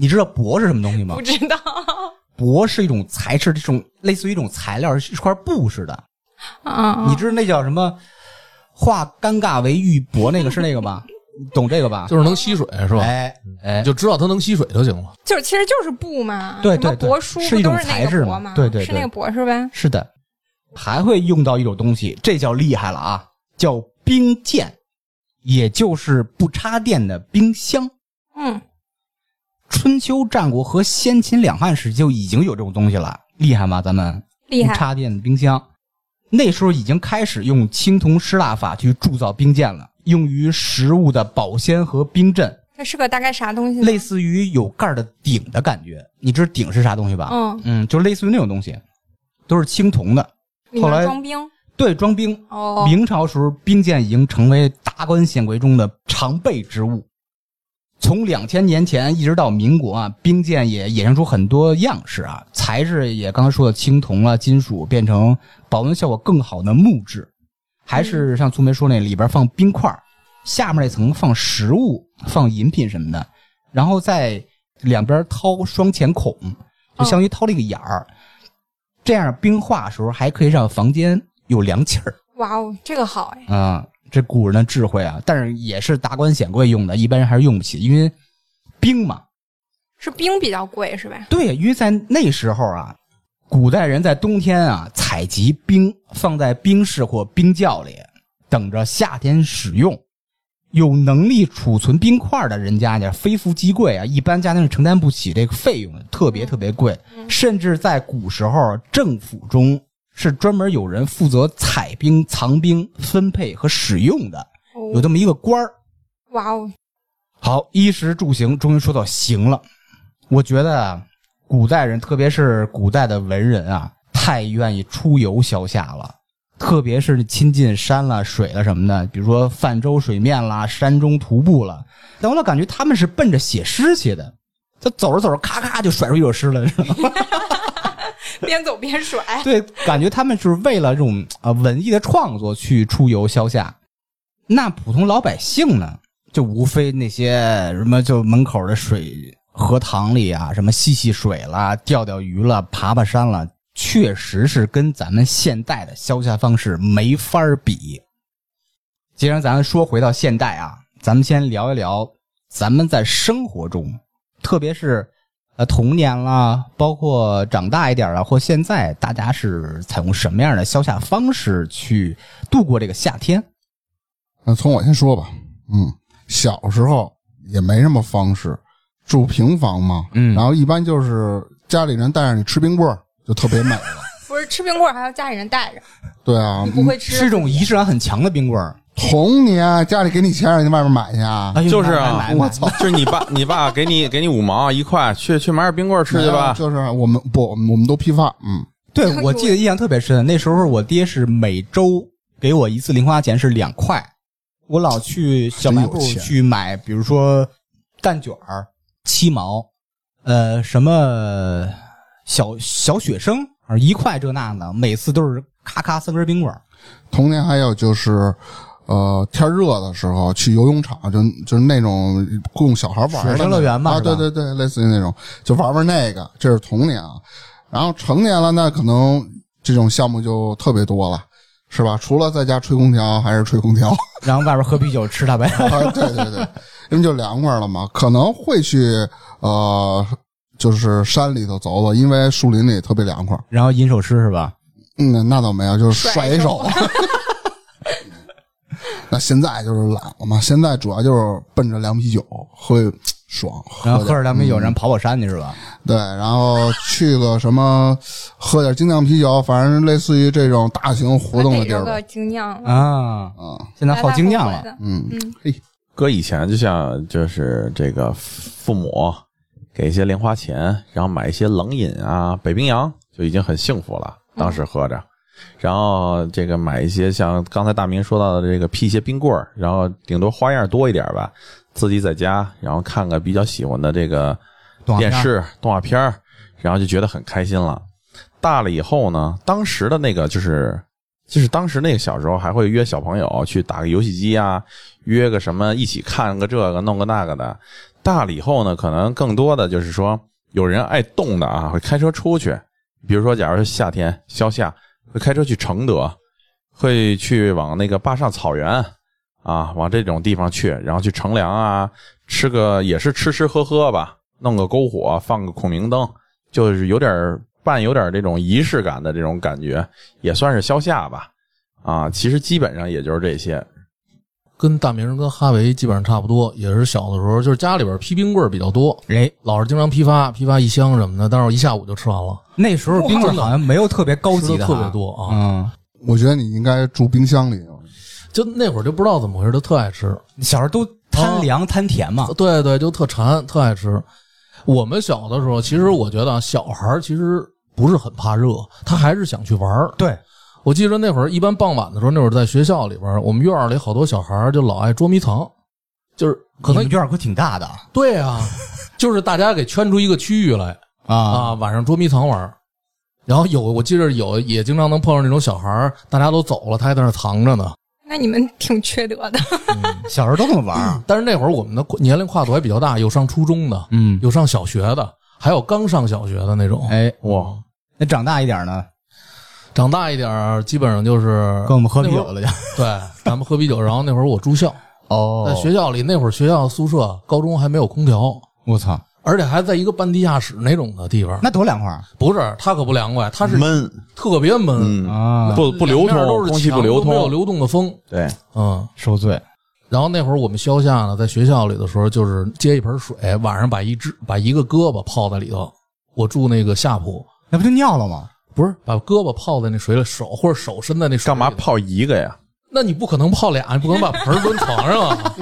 Speaker 2: 你知道钵是什么东西吗
Speaker 5: 不？知道
Speaker 2: 啊帛是一种材质，这种类似于一种材料，是一块布似的。
Speaker 5: 啊，
Speaker 2: 你知道那叫什么？化尴尬为玉帛，那个是那个吧？懂这个吧？
Speaker 1: 就是能吸水是吧？
Speaker 2: 哎哎
Speaker 1: 你，就知道它能吸水就行了。
Speaker 5: 就是其实就是布嘛，
Speaker 2: 对
Speaker 5: 什
Speaker 2: 对
Speaker 5: 么
Speaker 2: 对
Speaker 5: 帛书
Speaker 2: 是
Speaker 5: 不
Speaker 2: 一
Speaker 5: 都
Speaker 2: 种
Speaker 5: 是
Speaker 2: 材
Speaker 5: 那
Speaker 2: 质
Speaker 5: 个
Speaker 2: 嘛
Speaker 5: 帛吗？
Speaker 2: 对对
Speaker 5: 是
Speaker 2: 对
Speaker 5: 那个帛是呗？
Speaker 2: 是的，还会用到一种东西，这叫厉害了啊，叫冰剑，也就是不插电的冰箱。
Speaker 5: 嗯，
Speaker 2: 春秋战国和先秦两汉时期就已经有这种东西了，厉害吗？咱们
Speaker 5: 厉
Speaker 2: 无
Speaker 5: 害，
Speaker 2: 插电冰箱，那时候已经开始用青铜湿蜡法去铸造冰剑了，用于食物的保鲜和冰镇，
Speaker 5: 这是个大概啥东西呢？
Speaker 2: 类似于有盖儿的鼎的感觉。你知道鼎是啥东西吧？
Speaker 5: 嗯，
Speaker 2: 嗯，就类似于那种东西，都是青铜的，
Speaker 5: 里
Speaker 2: 后来
Speaker 5: 面装冰
Speaker 2: 对，装冰。
Speaker 5: 哦，
Speaker 2: 明朝时候，冰剑已经成为达官显贵中的常备之物。从两千年前一直到民国啊，冰剑也衍生出很多样式啊，材质也刚才说的青铜啊、金属，变成保温效果更好的木质，还是像苏梅说那里边放冰块儿，下面那层放食物、放饮品什么的，然后在两边掏双钱孔，就相当于掏了一个眼儿，这样冰化的时候还可以让房间有凉气儿。
Speaker 5: 哇哦，这个好哎，
Speaker 2: 啊、这古人的智慧啊，但是也是达官显贵用的，一般人还是用不起，因为冰嘛。
Speaker 5: 是冰比较贵是吧？
Speaker 2: 对，因为在那时候啊，古代人在冬天啊采集冰，放在冰室或冰窖里，等着夏天使用。有能力储存冰块的人家呀，非富即贵啊，一般家庭是承担不起这个费用的，特别特别贵。甚至在古时候，政府中是专门有人负责采冰、藏冰、分配和使用的。
Speaker 5: 哦
Speaker 2: 有这么一个官儿。
Speaker 5: 哇哦，
Speaker 2: 好，衣食住行终于说到行了。我觉得啊，古代人，特别是古代的文人啊，太愿意出游消夏了。特别是亲近山了、水了什么的，比如说泛舟水面啦、山中徒步了。但我老感觉他们是奔着写诗去的，他走着走着，咔咔就甩出一首诗来，是吧？
Speaker 5: 边走边甩，
Speaker 2: 对，感觉他们是为了这种呃文艺的创作去出游消夏。那普通老百姓呢，就无非那些什么就门口的水荷塘里啊，什么戏戏水啦、钓钓鱼啦、爬爬山啦，确实是跟咱们现代的消夏方式没法儿比。既然咱们说回到现代啊，咱们先聊一聊咱们在生活中，特别是呃童年啦，包括长大一点啊了，或现在大家是采用什么样的消夏方式去度过这个夏天？
Speaker 4: 那从我先说吧，嗯，小时候也没什么方式，住平房嘛，
Speaker 2: 嗯
Speaker 4: 然后一般就是家里人带着你吃冰棍儿，就特别美了。
Speaker 5: 不是吃冰棍儿还要家里人带着，
Speaker 4: 对啊
Speaker 5: 你，不会
Speaker 2: 是一
Speaker 5: 吃，
Speaker 2: 种仪式感很强的冰棍儿。
Speaker 4: 童年家里给你钱让你去外面买去啊，
Speaker 2: 哎呦
Speaker 6: 就是
Speaker 2: 买
Speaker 6: 啊
Speaker 2: 买买，买
Speaker 4: 我操
Speaker 6: 就是你爸，你爸给你给你五毛一块，去去买点冰棍吃去
Speaker 4: 没有
Speaker 6: 吧。
Speaker 4: 就是我们不，我们都批发，嗯，
Speaker 2: 对我记得印象特别深，那时候我爹是每周给我一次零花钱是两块，我老去小卖部
Speaker 4: 真有钱
Speaker 2: 去买，比如说蛋卷儿七毛，呃，什么小小雪生啊一块这那的，每次都是咔咔三根冰棍儿。
Speaker 4: 童年还有就是。呃，天热的时候去游泳场，就就是那种供小孩玩的那种
Speaker 2: 水上乐园嘛
Speaker 4: 啊，
Speaker 2: 是吧
Speaker 4: 对对对，类似于那种，就玩玩那个，这是童年啊。然后成年了，那可能这种项目就特别多了，是吧？除了在家吹空调，还是吹空调，
Speaker 2: 然后外边喝啤酒吃大白菜。
Speaker 4: 啊， 对对对，因为就凉快了嘛，可能会去呃，就是山里头走走，因为树林里特别凉快。
Speaker 2: 然后吟首诗是吧？
Speaker 4: 嗯，那倒没有，就是甩一手
Speaker 5: 甩。
Speaker 4: 那现在就是懒了嘛，现在主要就是奔着凉啤酒会爽，
Speaker 2: 然后喝
Speaker 4: 点
Speaker 2: 着凉啤酒，
Speaker 1: 嗯
Speaker 2: 然后跑跑山去是吧？
Speaker 4: 对，然后去个什么，喝点精酿啤酒，反正类似于这种大型活动的地
Speaker 5: 逮
Speaker 4: 儿
Speaker 5: 着
Speaker 4: 吧
Speaker 5: 个。精酿，
Speaker 2: 啊，
Speaker 4: 啊、
Speaker 2: 现在好精酿
Speaker 5: 白白厚
Speaker 2: 了
Speaker 5: 厚的。
Speaker 4: 嗯，
Speaker 5: 嗯，
Speaker 6: 哥以前就像就是这个父母给一些零花钱，然后买一些冷饮啊，北冰洋就已经很幸福了，当时喝着。然后这个买一些像刚才大明说到的这个辟邪冰棍儿，然后顶多花样多一点吧，自己在家，然后看个比较喜欢的这个
Speaker 2: 动画片
Speaker 6: 电
Speaker 2: 儿
Speaker 6: 视动画片儿，然后就觉得很开心了。大了以后呢，当时的那个就是就是当时那个小时候还会约小朋友去打个游戏机啊，约个什么一起看个这个弄个那个的。大了以后呢，可能更多的就是说有人爱动的啊，会开车出去，比如说假如是夏天消夏，会开车去承德，会去往那个坝上草原啊，往这种地方去，然后去乘凉啊，吃个也是吃吃喝喝吧，弄个篝火，放个孔明灯，就是有点儿办有点儿这种仪式感的这种感觉，也算是消夏吧。啊，其实基本上也就是这些。
Speaker 1: 跟大明儿跟哈维基本上差不多，也是小的时候就是家里边劈冰棍儿比较多，
Speaker 2: 哎，
Speaker 1: 老是经常批发，批发一箱什么的，但是我一下午就吃完了，
Speaker 2: 那时候冰棍好像没有特别高级
Speaker 1: 吃
Speaker 2: 的
Speaker 1: 的
Speaker 2: 啊，
Speaker 1: 特别多啊。
Speaker 2: 嗯，
Speaker 4: 我觉得你应该住冰箱里。
Speaker 1: 就那会儿就不知道怎么回事，就特爱吃，
Speaker 2: 小时候都
Speaker 1: 哦
Speaker 2: 贪凉贪甜嘛，
Speaker 1: 对对，就特馋，特爱吃。我们小的时候，其实我觉得啊，小孩儿其实不是很怕热，他还是想去玩儿。
Speaker 2: 对，
Speaker 1: 我记着那会儿，一般傍晚的时候，那会儿在学校里边儿，我们院儿里好多小孩儿就老爱捉迷藏，就是可能
Speaker 2: 你们院儿可挺大的
Speaker 1: 对 啊，就是大家给圈出一个区域来
Speaker 2: 啊
Speaker 1: 啊，晚上捉迷藏玩儿。然后有，我记着有也经常能碰上那种小孩儿，大家都走了，他还在那儿藏着呢。
Speaker 5: 那你们挺缺德的。
Speaker 2: 小时候都这么 玩儿，
Speaker 1: 但是那会儿我们的年龄跨度还比较大，有上初中的，
Speaker 2: 嗯，
Speaker 1: 有上小学的，还有刚上小学的那种。
Speaker 2: 哎，
Speaker 6: 哇，
Speaker 2: 那长大一点呢，
Speaker 1: 长大一点儿，基本上就是
Speaker 2: 跟我们喝啤
Speaker 1: 那
Speaker 2: 酒
Speaker 1: 会儿
Speaker 2: 了就，
Speaker 1: 对，咱们喝啤酒。然后那会儿我住校，
Speaker 2: 哦
Speaker 1: 在学校里那会儿学校宿舍高中还没有空调，
Speaker 2: 我操，
Speaker 1: 而且还在一个半地下室那种的地方。
Speaker 2: 那多凉快儿
Speaker 1: 不是，它可不凉快，它是
Speaker 6: 闷，
Speaker 1: 特别闷，
Speaker 6: 嗯，
Speaker 2: 啊，
Speaker 6: 不不流
Speaker 1: 两面都
Speaker 6: 通，
Speaker 1: 是
Speaker 6: 空气不
Speaker 1: 墙
Speaker 6: 流
Speaker 1: 都没有
Speaker 6: 通，
Speaker 1: 流动的风。
Speaker 6: 对，
Speaker 1: 嗯，
Speaker 2: 受罪，
Speaker 1: 然后那会儿我们消夏呢，在学校里的时候，就是接一盆水，晚上把一只把一个胳膊泡在里头。我住那个下铺，
Speaker 2: 那不就尿了吗？
Speaker 1: 不是把胳膊泡在那水里，手或者手伸在那水
Speaker 6: 干嘛
Speaker 1: 里头
Speaker 6: 泡一个呀？
Speaker 1: 那你不可能泡俩，你不可能把盆儿蹲床上 啊，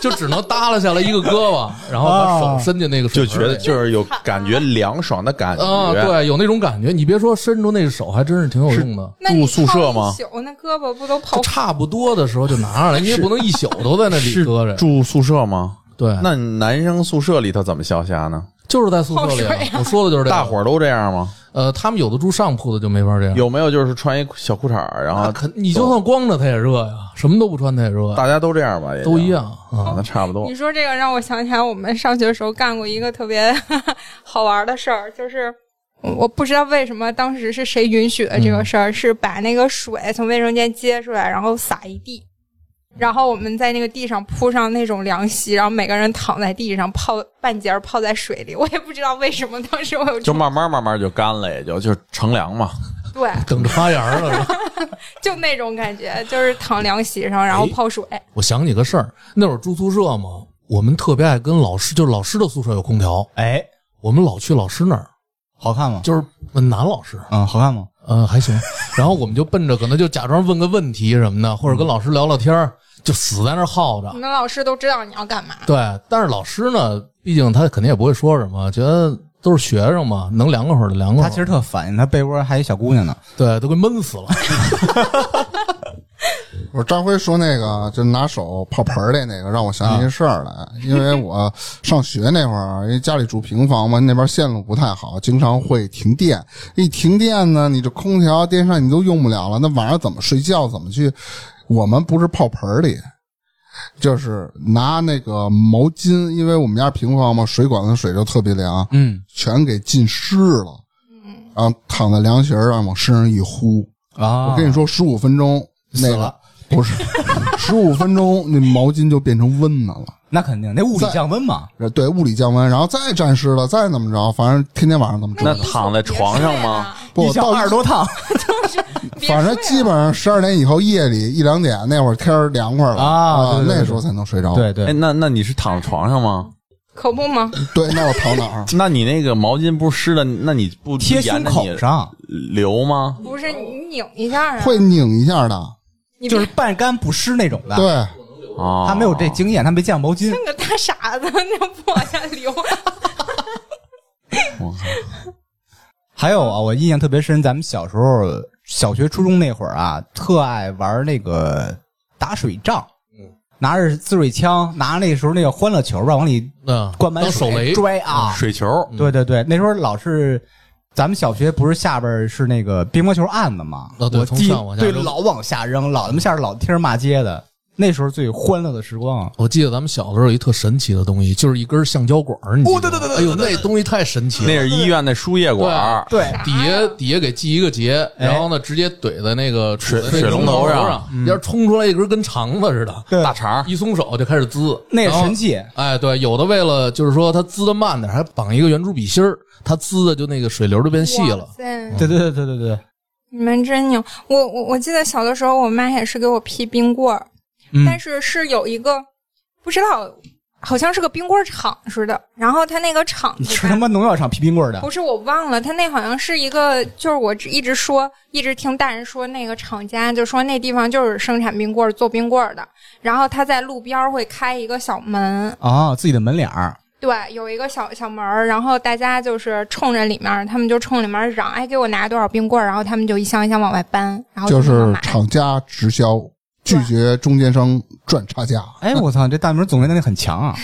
Speaker 1: 就只能耷拉下来一个胳膊，然后把手伸进那个水
Speaker 6: 啊就
Speaker 1: 盆
Speaker 6: 觉
Speaker 1: 儿
Speaker 6: 得
Speaker 1: 里
Speaker 6: 就是有感觉凉爽的感觉
Speaker 1: 啊，对，有那种感觉。你别说伸出那手，还真是挺有用的。
Speaker 5: 那你
Speaker 6: 住宿舍吗
Speaker 5: 泡一宿 那胳膊不
Speaker 1: 就
Speaker 5: 都泡
Speaker 1: 差不多的时候就拿上来，你也不能一宿都在那里
Speaker 6: 是
Speaker 1: 搁着。
Speaker 6: 住宿舍吗？
Speaker 1: 对，
Speaker 6: 那男生宿舍里头怎么消夏呢？
Speaker 1: 就是在宿舍里
Speaker 5: 泡水
Speaker 1: 啊，我说的就是这个。
Speaker 6: 大伙儿都这样吗？
Speaker 1: 呃，他们有的住上铺的就没法这样。
Speaker 6: 有没有就是穿一小裤衩儿，然
Speaker 1: 啊，
Speaker 6: 后
Speaker 1: 肯你就算光着他也热呀，什么都不穿他也热呀，
Speaker 6: 大家都这样吧？也就
Speaker 1: 都一，样啊。
Speaker 6: 啊 那差不多
Speaker 5: 你。说这个让我想起来，我们上学的时候干过一个特别 好玩的事儿，就是我不知道为什么当时是谁允许的这
Speaker 6: 嗯
Speaker 5: 个事儿，是把那个水从卫生间接出来，然后洒一地，然后我们在那个地上铺上那种凉席，然后每个人躺在地上泡半截儿泡在水里，我也不知道为什么当时我有这
Speaker 6: 就慢慢慢慢就干了，也就就乘凉嘛。
Speaker 5: 对，
Speaker 1: 等着发芽儿了。是吧
Speaker 5: 就那种感觉，就是躺凉席上然后泡水，
Speaker 4: 哎
Speaker 1: 我想起个事儿，那会儿住宿舍嘛，我们特别爱跟老师，就是老师的宿舍有空调，
Speaker 2: 哎，
Speaker 1: 我们老去老师那儿，
Speaker 2: 好看吗？
Speaker 1: 就是问男老师，
Speaker 2: 嗯，好看吗？
Speaker 1: 嗯、
Speaker 6: 呃
Speaker 1: 还行。 然后我们就奔着可能就假装问个问题什么的，或者跟老师聊聊天儿，就死在那儿耗着
Speaker 5: 你。们老师都知道你要干嘛。
Speaker 1: 对，但是老师呢，毕竟他肯定也不会说什么，觉得都是学生嘛，能凉快会儿就凉快会儿。
Speaker 2: 他其实特烦，他被窝还有一小姑娘呢。
Speaker 1: 对都给闷死 了。
Speaker 4: 我张辉说那个就拿手泡盆儿的那个，让我想起一事儿来，因为我上学那会儿，因为家里住平房嘛，那边线路不太好，经常会停电。一停电呢，你这空调、电扇你都用不了了，那晚上怎么睡觉？怎么去？我们不是泡盆儿里，就是拿那个毛巾，因为我们家平房嘛，水管子水就特别凉，
Speaker 2: 嗯
Speaker 4: 全给浸湿了。然后躺在凉席儿上往身上一呼，
Speaker 2: 啊，
Speaker 4: 我跟你说，十五分钟那
Speaker 2: 死
Speaker 4: 个
Speaker 2: 了
Speaker 4: 不是十五分钟，那毛巾就变成温的了。呃
Speaker 2: 那肯定，那物理降温嘛，
Speaker 4: 对，物理降温，然后再沾湿了，再怎么着，反正天天晚上怎么
Speaker 6: 那
Speaker 4: 着，
Speaker 6: 躺在床上吗？
Speaker 4: 不
Speaker 2: 一
Speaker 4: 我
Speaker 2: 降
Speaker 4: 到
Speaker 2: 二十多趟，
Speaker 5: 别睡了？
Speaker 4: 反正基本上十二点以后，夜里一两点那会儿天儿凉快了
Speaker 2: 啊对对对
Speaker 4: 那时候才能睡着。
Speaker 2: 对
Speaker 6: 哎，
Speaker 2: 对，
Speaker 6: 那那你是躺在床上吗？
Speaker 5: 可不吗？
Speaker 4: 对，那我躺哪 儿？
Speaker 6: 那你那个毛巾不是湿的，那你不
Speaker 2: 贴胸口上，
Speaker 6: 流吗？
Speaker 5: 不是你拧一下啊？
Speaker 4: 会拧一下的，
Speaker 2: 啊
Speaker 5: 你
Speaker 2: 就是半干不湿那种的。
Speaker 4: 对，
Speaker 6: 啊，
Speaker 2: 他没有这经验，他没见过毛巾
Speaker 5: 那个大傻子， 那不往下流。
Speaker 2: 还有啊，我印象特别深，咱们小时候小学、初中那会儿啊，特爱玩那个打水仗，拿着自水枪，拿那时候那个欢乐球吧，往里
Speaker 1: 嗯，
Speaker 2: 灌满
Speaker 1: 当手雷
Speaker 2: 水，拽啊，
Speaker 6: 水球，
Speaker 1: 嗯
Speaker 2: 对对对，那时候老是。咱们小学不是下边是那个乒乓球案子吗？
Speaker 1: 哦对
Speaker 2: 我
Speaker 1: 从
Speaker 2: 记
Speaker 1: 上往下
Speaker 2: 对
Speaker 1: 扔
Speaker 2: 老往下扔，老他妈下边老听人骂街的。那时候最欢乐的时光啊！
Speaker 1: 我记得咱们小的时候有一特神奇的东西，就是一根橡胶管儿。你记
Speaker 6: 哦
Speaker 1: 得吗
Speaker 6: 对对对
Speaker 1: 哎
Speaker 6: 对
Speaker 1: 呦，那东西太神奇了。
Speaker 6: 那是医院那输液管儿，
Speaker 2: 对，
Speaker 1: 底
Speaker 5: 哎
Speaker 1: 下底下给系一个结，
Speaker 2: 哎
Speaker 1: 然后呢，直接怼在那个
Speaker 6: 水
Speaker 1: 杵在那
Speaker 6: 水
Speaker 1: 龙
Speaker 6: 龙头
Speaker 1: 上，
Speaker 6: 上
Speaker 1: 要是冲出来一根跟肠子似的，
Speaker 2: 对
Speaker 6: 大肠儿
Speaker 1: 一松手就开始滋，
Speaker 2: 那是
Speaker 1: 然后
Speaker 2: 神器
Speaker 1: 哎，对，有的为了就是说它滋的慢点，还绑一个圆珠笔芯儿，它滋的就那个水流就变细了
Speaker 5: 哇。塞
Speaker 2: 对对对对对对，
Speaker 5: 你们真牛！我我我记得小的时候，我妈也是给我批冰棍儿，
Speaker 1: 嗯
Speaker 2: 嗯
Speaker 5: 但是是有一个不知道，好像是个冰棍儿厂似的。然后它那个厂
Speaker 2: 你
Speaker 5: 子
Speaker 2: 吃
Speaker 5: 吧
Speaker 2: 他妈农药厂皮冰棍儿的
Speaker 5: 不，是我忘了，他那好像是一个，就是我一直说，一直听大人说那个厂家就说那地方就是生产冰棍儿、做冰棍儿的，然后他在路边儿会开一个小门，
Speaker 2: 啊，自己的门脸儿，
Speaker 5: 对，有一个小小门儿，然后大家就是冲着里面儿，他们就冲里面儿嚷，哎，给我拿多少冰棍儿，然后他们就一箱一箱往外搬，然后
Speaker 4: 就
Speaker 5: 能
Speaker 4: 是
Speaker 5: 买
Speaker 4: 厂家直销，拒绝中间商赚差价。
Speaker 2: 哎，我操，这大明总结能力很强 啊！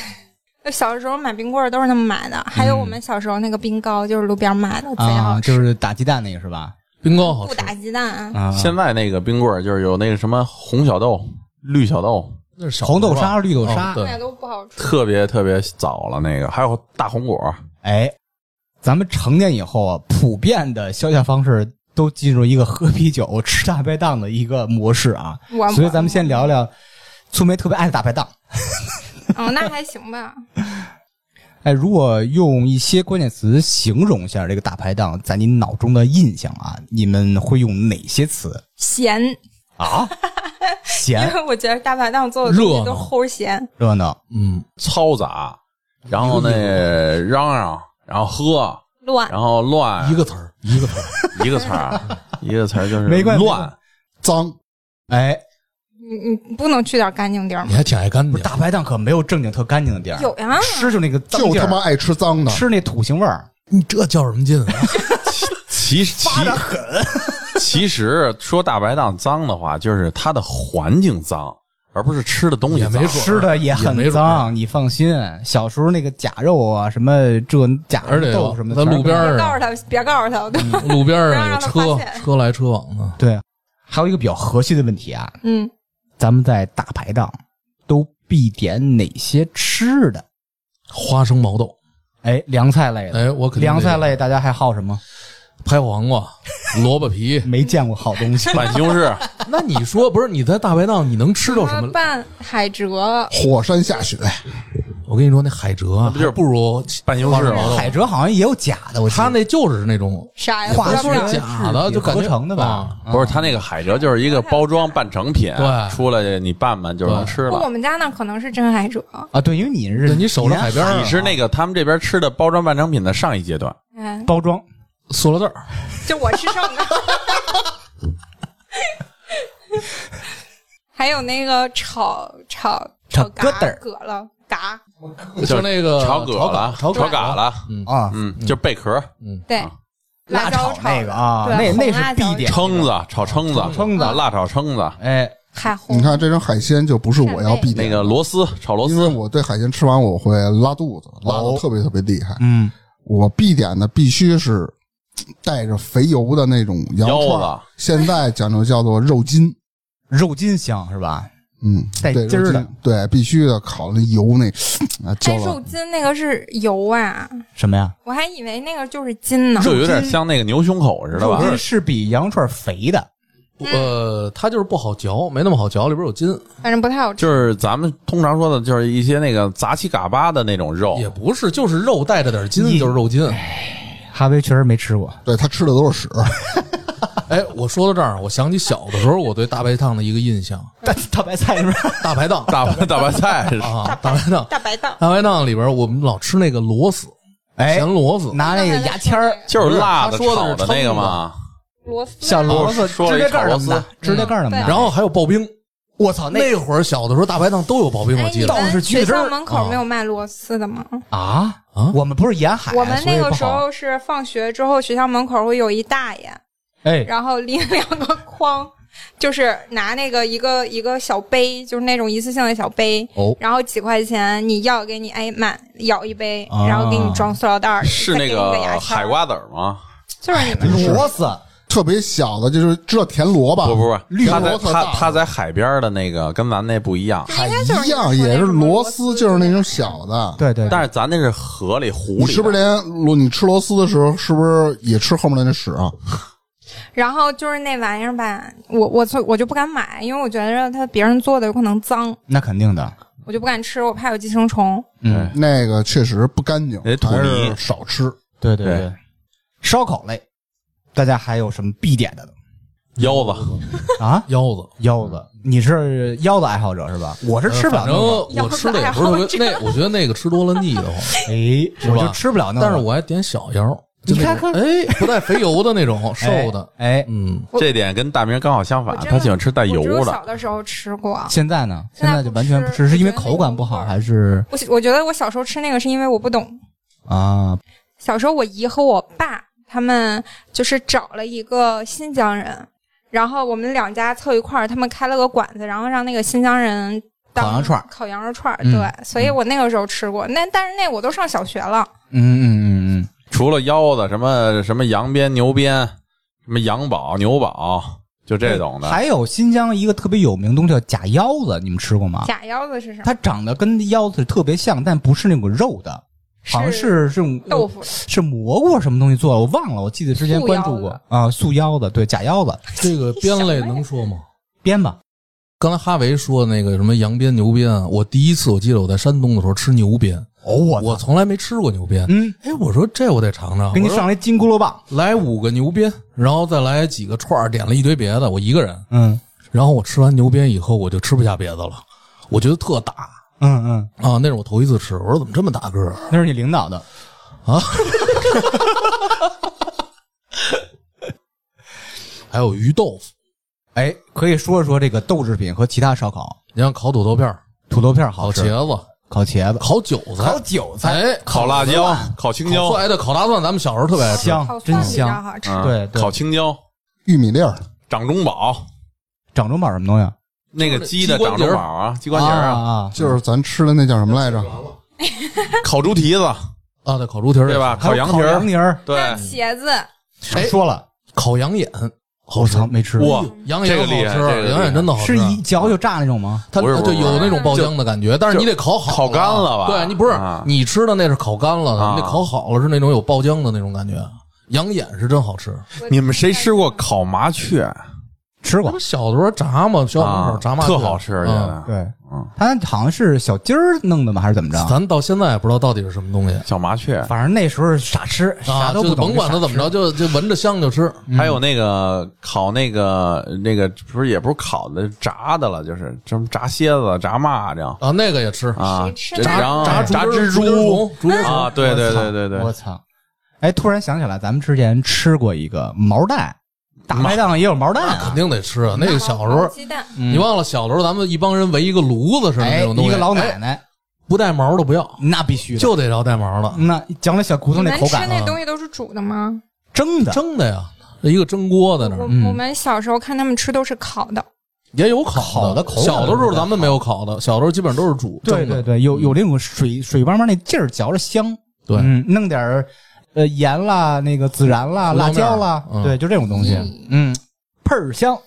Speaker 5: 小时候买冰棍儿都是那么买的，还有我们小时候那个冰糕就是路边儿卖的，贼好
Speaker 2: 啊，
Speaker 5: 吃，
Speaker 2: 就是打鸡蛋那个是吧？
Speaker 1: 冰糕好
Speaker 5: 不
Speaker 1: 吃，
Speaker 5: 打鸡蛋啊。
Speaker 2: 啊，
Speaker 6: 现在那个冰棍儿就是有那个什么红小豆、绿小豆，
Speaker 1: 那是小
Speaker 2: 红豆
Speaker 1: 时候
Speaker 2: 沙、
Speaker 1: 啊
Speaker 2: 绿豆
Speaker 1: 哦
Speaker 2: 沙，
Speaker 1: 对
Speaker 5: 那都不好吃，
Speaker 6: 特别特别早了那个，还有大红果儿，
Speaker 2: 哎，咱们成年以后啊，普遍的消遣方式都进入一个喝啤酒、吃大排档的一个模式啊，
Speaker 5: 我
Speaker 2: 所以咱们先聊聊粗梅特别爱的大排档。
Speaker 5: 嗯，那还行吧。
Speaker 2: 哎，如果用一些关键词形容一下这个大排档在你脑中的印象啊，你们会用哪些词
Speaker 5: 咸，
Speaker 2: 啊？
Speaker 5: 因
Speaker 2: 咸、
Speaker 5: 为我觉得大排档做的东西
Speaker 1: 热
Speaker 5: 都
Speaker 1: 闹
Speaker 5: 齁咸。
Speaker 2: 热闹、
Speaker 1: 嗯，
Speaker 6: 嘈杂，然后那嚷嚷，然后喝，
Speaker 5: 乱，
Speaker 6: 然后乱，
Speaker 1: 一个词儿一个词儿，
Speaker 6: 一个词儿，啊 一个词儿就是
Speaker 2: 没关系
Speaker 6: 乱。
Speaker 4: 脏，
Speaker 2: 哎，
Speaker 5: 你你不能去点干净地儿
Speaker 1: 你
Speaker 5: 吗？
Speaker 1: 还挺爱干
Speaker 2: 不
Speaker 1: 净
Speaker 2: 是。大排档可没有正经特干净的地儿，
Speaker 5: 有呀，
Speaker 2: 吃就那个脏
Speaker 4: 就
Speaker 2: 劲
Speaker 4: 他
Speaker 2: 儿
Speaker 4: 妈爱吃脏的。
Speaker 2: 吃那土腥味儿，
Speaker 1: 你这叫什么劲啊？
Speaker 6: 其其
Speaker 2: 狠。
Speaker 6: 其实说大排档脏的话，就是它的环境脏，而不是吃的东西
Speaker 1: 也
Speaker 6: 脏。
Speaker 1: 没。准儿
Speaker 2: 吃的也
Speaker 1: 也没
Speaker 2: 很
Speaker 1: 准儿
Speaker 2: 脏，你放心。小时候那个假肉啊，什么这假
Speaker 1: 而且
Speaker 2: 豆什么的，
Speaker 1: 在路边
Speaker 2: 全是
Speaker 1: 儿嗯
Speaker 5: 告诉
Speaker 1: 上，
Speaker 5: 他，别告诉他，对吧？
Speaker 1: 路边儿上啊有
Speaker 5: 不让他
Speaker 1: 车
Speaker 5: 发现
Speaker 1: 车来车往啊的，
Speaker 2: 对。啊还有一个比较核心的问题啊，
Speaker 5: 嗯，
Speaker 2: 咱们在大排档都必点哪些吃的？
Speaker 1: 花生毛豆。
Speaker 2: 哎，凉菜类的，
Speaker 1: 哎，我肯定
Speaker 2: 凉菜
Speaker 1: 得
Speaker 2: 类大家还好什么？。
Speaker 1: 拍黄瓜、 萝卜皮
Speaker 2: 没见过好东西
Speaker 6: 办西红 柿，
Speaker 1: 那你说不是你在大排档你能吃到什
Speaker 5: 什
Speaker 1: 么
Speaker 5: 么？拌海蜇，
Speaker 4: 火山下雪，
Speaker 1: 我跟你说，那海蜇啊，
Speaker 6: 不就是
Speaker 1: 还不如
Speaker 6: 办西红柿
Speaker 1: 花生
Speaker 2: 海蜇好像也有假的，我记得
Speaker 1: 他那就是那种
Speaker 5: 啥呀？
Speaker 2: 化
Speaker 5: 不知
Speaker 2: 学
Speaker 5: 道
Speaker 1: 是假的就感觉
Speaker 2: 合成的吧
Speaker 1: 啊？
Speaker 6: 不是它那个海蜇就是一个包装半成品，
Speaker 1: 对
Speaker 6: 出来你拌拌就能吃
Speaker 5: 我
Speaker 6: 了。
Speaker 5: 们家那可能是真海蜇，
Speaker 2: 啊，对，因为你是
Speaker 1: 对你守着海边儿
Speaker 6: 你是那个他们这边吃的包装半成品的上一阶段，
Speaker 5: 哎，
Speaker 2: 包装，
Speaker 1: 塑料袋儿，
Speaker 5: 就我吃剩的。 还有那个炒炒
Speaker 2: 炒
Speaker 5: 疙
Speaker 2: 疙瘩儿
Speaker 5: 疙了嘎，
Speaker 1: 就那个
Speaker 6: 炒蛤了，
Speaker 1: 炒
Speaker 6: 炒蛤
Speaker 1: 蛤，
Speaker 6: 了，
Speaker 2: 啊，
Speaker 6: 嗯，就贝壳、
Speaker 5: 对，辣椒
Speaker 2: 炒那
Speaker 5: 的
Speaker 2: 个啊，
Speaker 5: 对
Speaker 2: 那
Speaker 5: 红
Speaker 2: 那
Speaker 5: 辣
Speaker 2: 是
Speaker 5: 椒
Speaker 2: 必点。
Speaker 6: 蛏子、炒蛏子、
Speaker 2: 蛏子
Speaker 6: 啊辣炒蛏子，
Speaker 2: 哎，
Speaker 5: 海红
Speaker 4: 你，看这种海鲜就不是我要必
Speaker 6: 那
Speaker 4: 点的。
Speaker 6: 个螺丝炒螺
Speaker 4: 因为
Speaker 6: 丝，
Speaker 4: 我对海鲜吃完我会拉肚子，拉
Speaker 6: 哦
Speaker 4: 的特别特别厉害。
Speaker 2: 嗯，
Speaker 4: 我必点的必须是带着肥油的那种羊
Speaker 6: 腰
Speaker 4: 串
Speaker 6: 子，
Speaker 4: 现在讲究叫做肉筋。
Speaker 2: 肉筋香是吧？
Speaker 4: 嗯，
Speaker 2: 带
Speaker 4: 对
Speaker 2: 筋儿的
Speaker 4: 肉筋对，必须的，烤那油那啊焦
Speaker 5: 哎，肉
Speaker 4: 了。
Speaker 5: 筋那个是油啊，
Speaker 2: 什么呀？
Speaker 5: 我还以为那个就是筋呢。
Speaker 6: 就有点像那个牛胸口似的
Speaker 2: 肉
Speaker 6: 吧？
Speaker 2: 筋是比羊肉串肥的，
Speaker 1: 呃，它就是不好嚼，没那么好嚼，里边有筋，
Speaker 5: 反正不太好吃。
Speaker 6: 就是咱们通常说的，就是一些那个杂七嘎巴的那种肉，
Speaker 1: 也不是，就是肉带着点筋
Speaker 2: 你，
Speaker 1: 就是肉筋。
Speaker 2: 哈维确实没吃过。
Speaker 4: 对他吃的都是屎，
Speaker 1: 哎，我说到这儿，我想起小的时候我对大排档的一个印象，
Speaker 2: 大大白菜是吧？
Speaker 1: 大排档
Speaker 6: 大白大白菜是吧，
Speaker 1: 啊，大排档，
Speaker 5: 大白档，
Speaker 1: 大排档里边我们老吃那个螺丝，
Speaker 2: 哎
Speaker 1: 咸，螺丝，
Speaker 2: 拿那个牙签儿，
Speaker 6: 就是辣的
Speaker 1: 不是他说的
Speaker 6: 炒
Speaker 1: 是
Speaker 6: 的那个
Speaker 1: 蛏子
Speaker 6: 嘛。
Speaker 5: 螺丝
Speaker 2: 小螺丝，
Speaker 6: 哦
Speaker 2: 指
Speaker 6: 说了
Speaker 2: 甲
Speaker 6: 一
Speaker 2: 盖儿那么
Speaker 6: 炒螺
Speaker 2: 大
Speaker 6: 丝，
Speaker 2: 指甲盖儿那么大。
Speaker 5: 嗯
Speaker 1: 然后还有刨冰。
Speaker 2: 我操，那
Speaker 1: 那会儿小的时候，大排档都有刨冰，我
Speaker 5: 哎，
Speaker 1: 记
Speaker 5: 你
Speaker 1: 得。
Speaker 2: 倒
Speaker 5: 们
Speaker 2: 是橘
Speaker 5: 学
Speaker 2: 子汁儿
Speaker 5: 校门口没有卖螺丝的吗？
Speaker 2: 啊
Speaker 1: 啊
Speaker 2: 我们不是沿海，
Speaker 5: 我们
Speaker 2: 所以
Speaker 5: 那
Speaker 2: 不好
Speaker 5: 个时候是放学之后，学校门口会有一大爷，
Speaker 2: 哎，
Speaker 5: 然后拎两个筐，就是拿那个一个一个小杯，就是那种一次性的小杯，
Speaker 1: 哦，
Speaker 5: 然后几块钱，你要给你哎满舀一杯，
Speaker 2: 啊
Speaker 5: 然后给你装塑料袋儿，
Speaker 6: 是
Speaker 5: 再
Speaker 6: 那
Speaker 5: 给你个牙
Speaker 6: 个
Speaker 5: 签儿
Speaker 6: 海，瓜子儿吗？
Speaker 5: 就是你们
Speaker 2: 螺丝
Speaker 4: 特别小的，就是知道田螺吧？
Speaker 6: 不不
Speaker 4: 啊绿
Speaker 6: 不，他在
Speaker 4: 萝特
Speaker 6: 他
Speaker 4: 大，
Speaker 6: 他在海边的那个跟咱那不一样，
Speaker 4: 海
Speaker 5: 应该就是
Speaker 4: 一样
Speaker 5: 那种
Speaker 4: 也是
Speaker 5: 那种
Speaker 4: 螺
Speaker 5: 螺
Speaker 4: 丝，
Speaker 5: 丝
Speaker 4: 就是那种小的。
Speaker 2: 对对，
Speaker 6: 但是咱那是河里湖里
Speaker 4: 你
Speaker 6: 的，
Speaker 4: 是不是连螺你吃螺丝的时候，是不是也吃后面的那屎啊？
Speaker 5: 然后就是那玩意儿吧，我我从我就不敢买，因为我觉得它别人做的有可能脏，
Speaker 2: 那肯定的，
Speaker 5: 我就不敢吃，我怕有寄生虫。
Speaker 2: 嗯，
Speaker 4: 那个确实不干净
Speaker 6: 哎那，土
Speaker 4: 还
Speaker 6: 泥
Speaker 4: 是少吃。
Speaker 2: 对对
Speaker 6: 对
Speaker 2: 对，烧烤类，大家还有什么必点的呢？
Speaker 6: 腰子？
Speaker 2: 啊
Speaker 1: 腰子。
Speaker 2: 腰子，你是腰子爱好者是吧？我是吃不了
Speaker 1: 呃反
Speaker 2: 那
Speaker 1: 正
Speaker 2: 个，
Speaker 1: 我吃的也不是特别，那我觉得那个吃多了腻得慌，
Speaker 2: 哎，
Speaker 1: 是吧
Speaker 2: 我就吃不 了那个，
Speaker 1: 但是我还点小腰，就
Speaker 2: 你
Speaker 1: 那
Speaker 2: 看
Speaker 1: 种哎不带肥油的那种瘦
Speaker 2: 哎
Speaker 1: 的，
Speaker 2: 哎，
Speaker 1: 嗯，
Speaker 5: 我
Speaker 6: 这点跟大明刚好相反
Speaker 5: 我，真的
Speaker 6: 他喜欢吃带油
Speaker 5: 我只有
Speaker 6: 的。
Speaker 5: 小的时候吃过，
Speaker 2: 现在呢？现
Speaker 5: 现在
Speaker 2: 在就完全
Speaker 5: 不
Speaker 2: 不
Speaker 5: 吃
Speaker 2: 吃，是因为
Speaker 5: 我觉得
Speaker 2: 口感不
Speaker 5: 那
Speaker 2: 好
Speaker 5: 个
Speaker 2: 还是
Speaker 5: 我我觉得我小时候吃那个是因为我不懂。
Speaker 2: 啊？
Speaker 5: 小时候我姨和我爸他们就是找了一个新疆人，然后我们两家凑一块儿，他们开了个馆子，然后让那个新疆人
Speaker 2: 烤羊肉
Speaker 5: 当
Speaker 2: 串儿
Speaker 5: 烤羊肉串儿。
Speaker 2: 嗯
Speaker 5: 对，所以我那个时候吃过。那但是那我都上小学了，
Speaker 2: 嗯嗯嗯
Speaker 6: 除了腰子，什么什么羊鞭、牛鞭，什么羊宝、牛宝，就
Speaker 2: 嗯，
Speaker 6: 这种的。
Speaker 2: 还有新疆一个特别有名的东西叫假腰子，你们吃过吗？
Speaker 5: 假腰子是啥？
Speaker 2: 它长得跟腰子特别像，但不是那种肉的，好像是哦这种
Speaker 5: 豆腐的，
Speaker 2: 是蘑菇啊什么东西做的，我忘了。我记得之前
Speaker 5: 素
Speaker 2: 关注
Speaker 5: 腰
Speaker 2: 过
Speaker 5: 子
Speaker 2: 啊，素腰子，对，假腰子，
Speaker 1: 这个边类能说吗？
Speaker 2: 编吧，
Speaker 1: 刚才哈维说那个什么羊鞭、牛鞭啊，我第一次我记得我在山东的时候吃牛鞭，
Speaker 2: 哦，我
Speaker 1: 我从来没吃过牛鞭。
Speaker 2: 嗯，
Speaker 1: 哎，我说这我得尝尝，
Speaker 2: 给你
Speaker 1: 我说
Speaker 2: 上来金箍噜棒，
Speaker 1: 来五个牛鞭，然后再来几个串儿，点了一堆别的，我一个人。
Speaker 2: 嗯
Speaker 1: 然后我吃完牛鞭以后，我就吃不下别的了，我觉得特大
Speaker 2: 嗯嗯，
Speaker 1: 啊！那是我头一次吃，我说怎么这么大个儿？
Speaker 2: 那是你领导的啊。
Speaker 1: 还有鱼豆腐，
Speaker 2: 哎，可以说一说这个豆制品和其他烧烤，
Speaker 1: 你像烤土豆片儿、
Speaker 2: 土豆片儿好
Speaker 1: 烤
Speaker 2: 吃，
Speaker 1: 茄子、
Speaker 2: 烤茄子、
Speaker 1: 烤韭
Speaker 2: 烤
Speaker 1: 菜、
Speaker 2: 韭菜，
Speaker 1: 哎、
Speaker 6: 烤辣椒、烤青
Speaker 1: 烤
Speaker 6: 椒，
Speaker 1: 蒜，哎，对，烤大蒜，咱们小时候特别爱吃。
Speaker 2: 香
Speaker 5: 烤哦
Speaker 2: 真
Speaker 5: 蒜比较
Speaker 2: 香。
Speaker 5: 好吃。
Speaker 6: 嗯
Speaker 2: 对对
Speaker 6: 烤青椒、
Speaker 4: 玉米粒儿，
Speaker 6: 掌中宝，
Speaker 2: 掌中宝什么东西？
Speaker 6: 那个鸡的
Speaker 1: 鸡冠
Speaker 6: 掌
Speaker 1: 节
Speaker 6: 中
Speaker 1: 儿
Speaker 6: 宝啊，鸡冠节儿啊，
Speaker 2: 啊，
Speaker 4: 就是咱吃的那叫什么来着？
Speaker 6: 嗯烤猪蹄子，
Speaker 1: 啊，对，烤猪蹄儿
Speaker 6: 对？吧？
Speaker 2: 还有
Speaker 6: 羊
Speaker 2: 烤
Speaker 6: 蹄儿
Speaker 2: 羊，蹄儿，
Speaker 6: 对，
Speaker 5: 那茄子，
Speaker 1: 哎
Speaker 2: 说了，
Speaker 1: 烤羊眼好
Speaker 2: 我
Speaker 1: 吃
Speaker 2: 操，，没吃
Speaker 6: 哇，
Speaker 1: 羊眼
Speaker 6: 这个
Speaker 1: 好
Speaker 6: 厉害
Speaker 1: 吃，
Speaker 6: 这个厉害
Speaker 1: 羊眼真的好吃。
Speaker 2: 是一嚼就炸那种吗？
Speaker 1: 它
Speaker 6: 不是不
Speaker 1: 就是有那种爆浆的感觉，但是你得烤好
Speaker 6: 烤干了吧
Speaker 1: 对你不是
Speaker 6: 啊
Speaker 1: 你吃的那是烤干了
Speaker 6: 啊
Speaker 1: 的，那烤好了是那种有爆浆的那种感觉。羊眼是真好吃，
Speaker 6: 你们谁吃过烤麻雀？啊
Speaker 2: 吃
Speaker 1: 那
Speaker 2: 过
Speaker 1: 不，小的时候炸吗？小门
Speaker 2: 啊
Speaker 1: 口炸麻
Speaker 6: 特好吃，现
Speaker 1: 嗯
Speaker 6: 在
Speaker 2: 对
Speaker 6: 嗯，
Speaker 2: 它好像是小鸡儿弄的吗？还是怎么着？
Speaker 1: 咱到现在也不知道到底是什么东西
Speaker 6: 小麻雀，
Speaker 2: 反正那时候傻吃，啥
Speaker 1: 啊，
Speaker 2: 都
Speaker 1: 就
Speaker 2: 不懂，
Speaker 1: 甭管它怎么着，就就闻着香就吃。
Speaker 2: 嗯
Speaker 6: 还有那个烤那个那个不是也不是烤的炸的了，就是什么炸蝎子、炸蚂蚱
Speaker 1: 啊，那个也吃，
Speaker 6: 啊
Speaker 5: 谁，吃
Speaker 6: 这
Speaker 5: 炸
Speaker 6: 然后
Speaker 1: 炸
Speaker 6: 炸
Speaker 1: 猪蹄儿
Speaker 6: 蜘
Speaker 1: 猪蹄儿
Speaker 6: 蛛
Speaker 1: 虫，猪蹄儿虫
Speaker 6: 啊，对对对对
Speaker 2: 我
Speaker 6: 对，
Speaker 2: 操！哎，突然想起来，咱们之前吃过一个毛蛋，大排档也有毛蛋
Speaker 1: 肯
Speaker 2: 啊。
Speaker 1: 定得吃。那个小时
Speaker 5: 毛
Speaker 1: 候
Speaker 5: 毛，鸡蛋，
Speaker 1: 你忘了小时候咱们一帮人围一个炉子似的
Speaker 2: 嗯哎，
Speaker 1: 那种东
Speaker 2: 一
Speaker 1: 西，
Speaker 2: 个老嗯奶
Speaker 1: 哎
Speaker 2: 奶，
Speaker 1: 不带毛的不要，
Speaker 2: 那必须的
Speaker 1: 就得要带毛的，
Speaker 2: 那嚼那小骨
Speaker 5: 你
Speaker 2: 头
Speaker 5: 们
Speaker 2: 那口
Speaker 5: 吃
Speaker 2: 感，啊
Speaker 5: 那东西都是煮的吗？
Speaker 2: 蒸的
Speaker 1: 蒸的呀，一个蒸锅在那
Speaker 5: 我
Speaker 1: 儿。
Speaker 2: 嗯
Speaker 5: 我们小时候看他们吃都是烤的，
Speaker 1: 也有烤
Speaker 2: 烤的口感
Speaker 1: 小的时候咱们没有烤的，小的时候基本上都是煮
Speaker 2: 嗯对
Speaker 1: 蒸的
Speaker 2: 对对，有有那种水水汪汪那劲儿，嚼着香。
Speaker 1: 对
Speaker 2: 嗯，弄点儿呃盐啦，那个孜然啦，
Speaker 1: 胡椒
Speaker 2: 辣
Speaker 1: 面
Speaker 2: 椒啦，
Speaker 1: 嗯
Speaker 2: 对，就这种东西。嗯，倍儿香。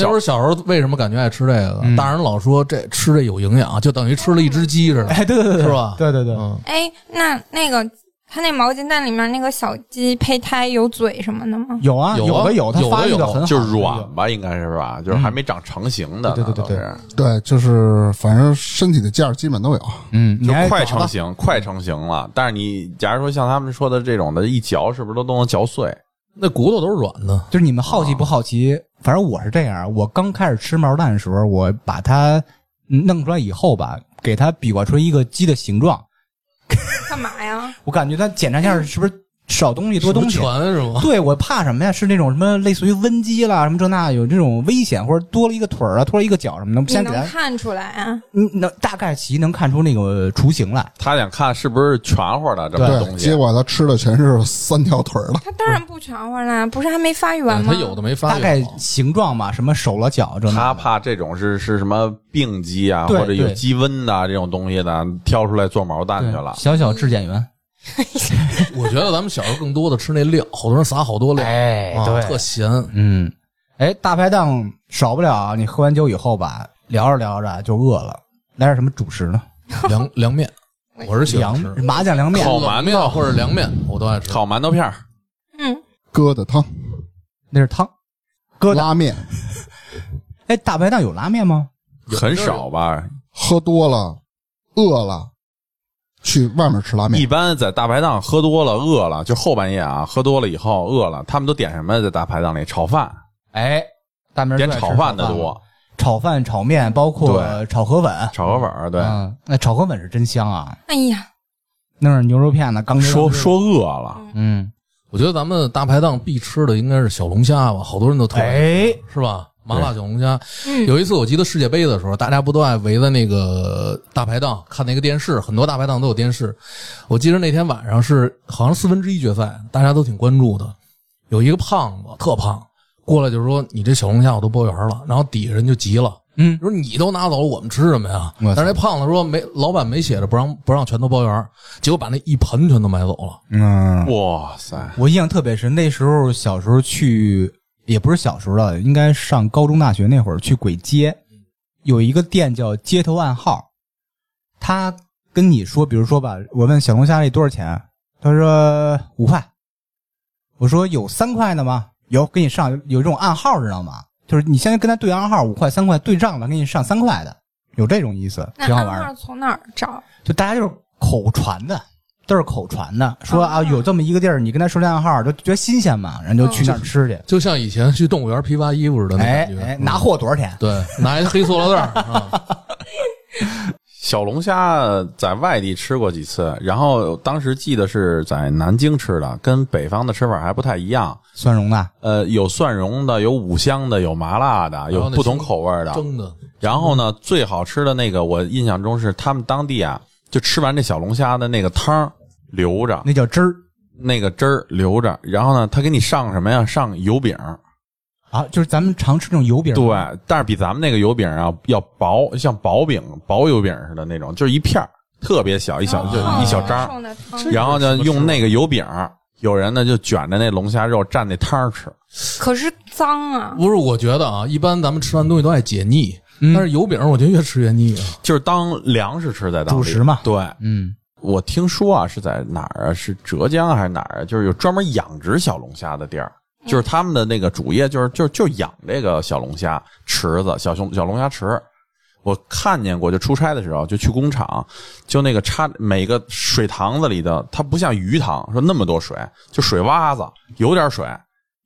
Speaker 1: 那会儿小时候为什么感觉爱吃这个？
Speaker 2: 嗯
Speaker 1: 大人老说这吃这有营养，就等于吃了一只鸡似的。
Speaker 2: 哎，对对对，
Speaker 1: 是吧
Speaker 2: 对对对，
Speaker 1: 嗯，
Speaker 5: 哎，那那个它那毛鸡蛋里面那个小鸡胚胎有嘴什么的吗？
Speaker 2: 有啊，
Speaker 1: 有啊
Speaker 2: 的有，它
Speaker 1: 有的
Speaker 2: 发育的
Speaker 1: 有
Speaker 2: 很好，
Speaker 6: 就是软吧，应该是吧，就是还没长成型的
Speaker 2: 对
Speaker 6: 呢，
Speaker 2: 对对对
Speaker 6: 都是
Speaker 4: 对，就是反正身体的件儿基本都有。
Speaker 2: 嗯，你
Speaker 6: 就
Speaker 2: 还
Speaker 6: 快
Speaker 2: 找
Speaker 6: 成
Speaker 2: 到
Speaker 6: 型，快成型了。但是你假如说像他们说的这种的，一嚼是不是都都能嚼碎？
Speaker 1: 那骨头都是软的，
Speaker 2: 就是你们好奇不好奇？反正我是这样，我刚开始吃毛蛋的时候，我把它弄出来以后吧，给它比划出一个鸡的形状，
Speaker 5: 干嘛呀？
Speaker 2: 我感觉它检查一下是不是少东西多东西
Speaker 1: 什。么全是吗？
Speaker 2: 对我怕什么呀？是那种什么类似于瘟鸡啦，什么这那有这种危险，或者多了一个腿儿啊，多了一个脚什么的。
Speaker 5: 你
Speaker 2: 先给
Speaker 5: 能
Speaker 2: 它，
Speaker 5: 看出来啊？
Speaker 2: 嗯能大概其能看出那个雏形来。
Speaker 6: 他想看是不是全乎的这么
Speaker 4: 对，
Speaker 6: 东
Speaker 4: 结
Speaker 6: 西。
Speaker 4: 果他吃的全是三条腿儿的。
Speaker 5: 它当然不全乎啦，不是还没发育完吗？
Speaker 1: 它有的没发
Speaker 2: 大
Speaker 1: 育
Speaker 2: 概
Speaker 1: 好
Speaker 2: 形状嘛，什么手了脚这
Speaker 6: 他
Speaker 2: 那的。
Speaker 6: 怕这种是是什么病鸡啊，
Speaker 2: 对
Speaker 6: 或者有
Speaker 2: 对
Speaker 6: 鸡瘟的啊这种东西的，挑出来做毛蛋去
Speaker 2: 对
Speaker 6: 了。
Speaker 2: 小小质检员，
Speaker 1: 我觉得咱们小时候更多的吃那料，好多人撒好多料，
Speaker 2: 哎
Speaker 1: 啊
Speaker 2: 对
Speaker 1: 特咸。
Speaker 2: 嗯，哎，大排档少不了啊你喝完酒以后吧，聊着聊着就饿了，来点什么主食呢？
Speaker 1: 凉凉面，我是喜欢
Speaker 2: 凉
Speaker 1: 吃
Speaker 2: 麻酱凉面，
Speaker 6: 烤馒
Speaker 1: 面或者凉面，我都爱吃。
Speaker 6: 烤馒头片儿，
Speaker 5: 嗯，
Speaker 4: 疙瘩汤、
Speaker 2: 那是汤。疙瘩，
Speaker 4: 拉面，
Speaker 2: 哎，大排档有拉面吗？
Speaker 6: 很少吧？
Speaker 4: 喝多了、饿了，去外面吃拉
Speaker 6: 一
Speaker 4: 面。
Speaker 6: 般在大排档喝多了、饿了，就后半夜啊，喝多了以后饿了，他们都点什么呀？在大排档里炒饭，
Speaker 2: 哎，大明儿
Speaker 6: 点
Speaker 2: 最爱吃
Speaker 6: 炒饭的多，，
Speaker 2: 炒饭、炒面，包括
Speaker 6: 对
Speaker 2: 炒河粉。
Speaker 6: 炒河粉儿。对，
Speaker 2: 嗯，那炒河粉是真香啊，
Speaker 5: 哎呀，
Speaker 2: 弄点牛肉片子，刚切
Speaker 6: 说
Speaker 2: 刚切
Speaker 6: 说饿了，
Speaker 2: 嗯，
Speaker 1: 我觉得咱们大排档必吃的应该是小龙虾吧，好多人都特爱吃
Speaker 2: 哎，
Speaker 1: 是吧？麻辣小龙虾。
Speaker 5: 嗯
Speaker 1: 有一次我记得世界杯的时候，大家不都爱围在那个大排档看那个电视，很多大排档都有电视。我记得那天晚上是好像四分之一决赛，大家都挺关注的。有一个胖子特胖过来就说：“你这小龙虾我都包圆了。”然后底下人就急了，
Speaker 2: 嗯
Speaker 1: 说：“你都拿走了，我们吃什么呀？”
Speaker 2: 我操
Speaker 1: 但是那胖子说：“没，老板没写着不让不让全都包圆，结果把那一盆全都买走了。
Speaker 2: 嗯，
Speaker 6: 哇塞！
Speaker 2: 我印象特别深，那时候小时候去，也不是小时候了，应该上高中、大学那会儿去簋街，有一个店叫街头暗号，他跟你说，比如说吧，我问小龙虾这多少钱，他说五块，我说有三块的吗？有，给你上有这种暗号知道吗？就是你先跟他对暗号，五块、三块对账了，给你上三块的，有这种意思，
Speaker 5: 那
Speaker 2: 挺好
Speaker 5: 暗
Speaker 2: 玩的
Speaker 5: 号。从哪儿找？
Speaker 2: 就大家就是口传的，都是口传的，说啊
Speaker 5: 啊
Speaker 2: 有这么一个地儿，你跟他说这暗号，就觉得新鲜嘛，人就去那儿吃去”。
Speaker 1: 就像以前去动物园批发衣服似的那
Speaker 2: 哎
Speaker 1: 感觉，
Speaker 2: 哎，
Speaker 1: 嗯
Speaker 2: 拿货多少钱？
Speaker 1: 对，拿一黑塑料袋儿 啊，
Speaker 6: 小龙虾在外地吃过几次，然后当时记得是在南京吃的，跟北方的吃法还不太一样。
Speaker 2: 蒜蓉啊的，
Speaker 6: 呃，有蒜蓉的，有五香的，有麻辣的，有
Speaker 1: 然后那
Speaker 6: 不同
Speaker 1: 香
Speaker 6: 口味儿的。
Speaker 1: 蒸的。
Speaker 6: 然后呢，最好吃的那个，我印象中是他们当地啊，就吃完这小龙虾的那个汤儿留着，
Speaker 2: 那叫汁儿
Speaker 6: 那个汁儿留着。然后呢，他给你上什么呀？上油饼儿。
Speaker 2: 啊，就是咱们常吃这种油饼。
Speaker 6: 对，但是比咱们那个油饼啊要薄，像薄饼、薄油饼似的那种，就是一片儿，特别小，一小就
Speaker 5: 哦
Speaker 6: 一小张儿。
Speaker 5: 冲的汤
Speaker 6: 然后呢，用那个油饼儿，有人呢就卷着那龙虾肉蘸那汤儿吃。
Speaker 5: 可是脏啊！
Speaker 1: 不是，我觉得啊，一般咱们吃完东西都爱解腻，
Speaker 2: 嗯
Speaker 1: 但是油饼我觉得越吃越腻啊。
Speaker 6: 就是当粮食吃在当地
Speaker 2: 主食嘛
Speaker 6: 对，
Speaker 2: 嗯，
Speaker 6: 我听说啊是在哪儿啊？是浙江还是哪儿啊？就是有专门养殖小龙虾的地儿，就是他们的那个主业就是就就养这个小龙虾池子，小熊小龙虾池。我看见过，就出差的时候就去工厂，就那个插每个水塘子里的，它不像鱼塘说那么多水，就水洼子有点水，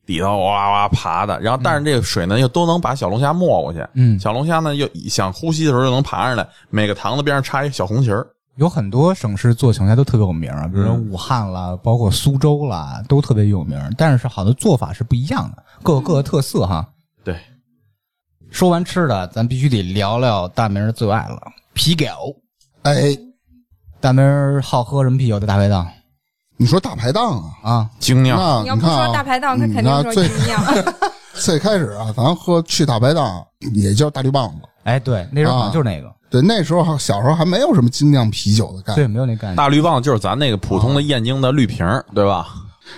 Speaker 6: 底头哇哇爬的，然后但是这个水呢又都能把小龙虾没过去，
Speaker 2: 嗯
Speaker 6: 小龙虾呢又想呼吸的时候就能爬上来，每个塘子边上插一小红旗儿，
Speaker 2: 有很多省市做小龙虾都特别有名
Speaker 1: 嗯
Speaker 2: 啊，比如说武汉啦，包括苏州啦，都特别有名。但是是好多做法是不一样的，各有各的特色哈。
Speaker 6: 对。
Speaker 2: 说完吃的，咱必须得聊聊大明儿最爱了啤酒。
Speaker 4: 哎，
Speaker 2: 大明儿好喝什么啤酒？在大排档
Speaker 4: 你说大排档啊？
Speaker 2: 啊，
Speaker 6: 精酿
Speaker 4: 那
Speaker 5: 你要
Speaker 4: 你
Speaker 5: 不
Speaker 4: 看
Speaker 5: 说
Speaker 4: 啊，
Speaker 5: 大排档，他
Speaker 4: 嗯
Speaker 5: 肯
Speaker 4: 那
Speaker 5: 定说
Speaker 4: 最
Speaker 5: 精酿。
Speaker 4: 最开始啊，咱喝去大排档也叫大绿棒子。
Speaker 2: 哎，对，那时候
Speaker 1: 啊
Speaker 2: 好像就是那个，
Speaker 4: 对，那时候还小时候还没有什么精酿啤酒的概念。
Speaker 2: 对，没有那概念。
Speaker 6: 大绿棒就是咱那个普通的燕京的绿瓶儿，对吧？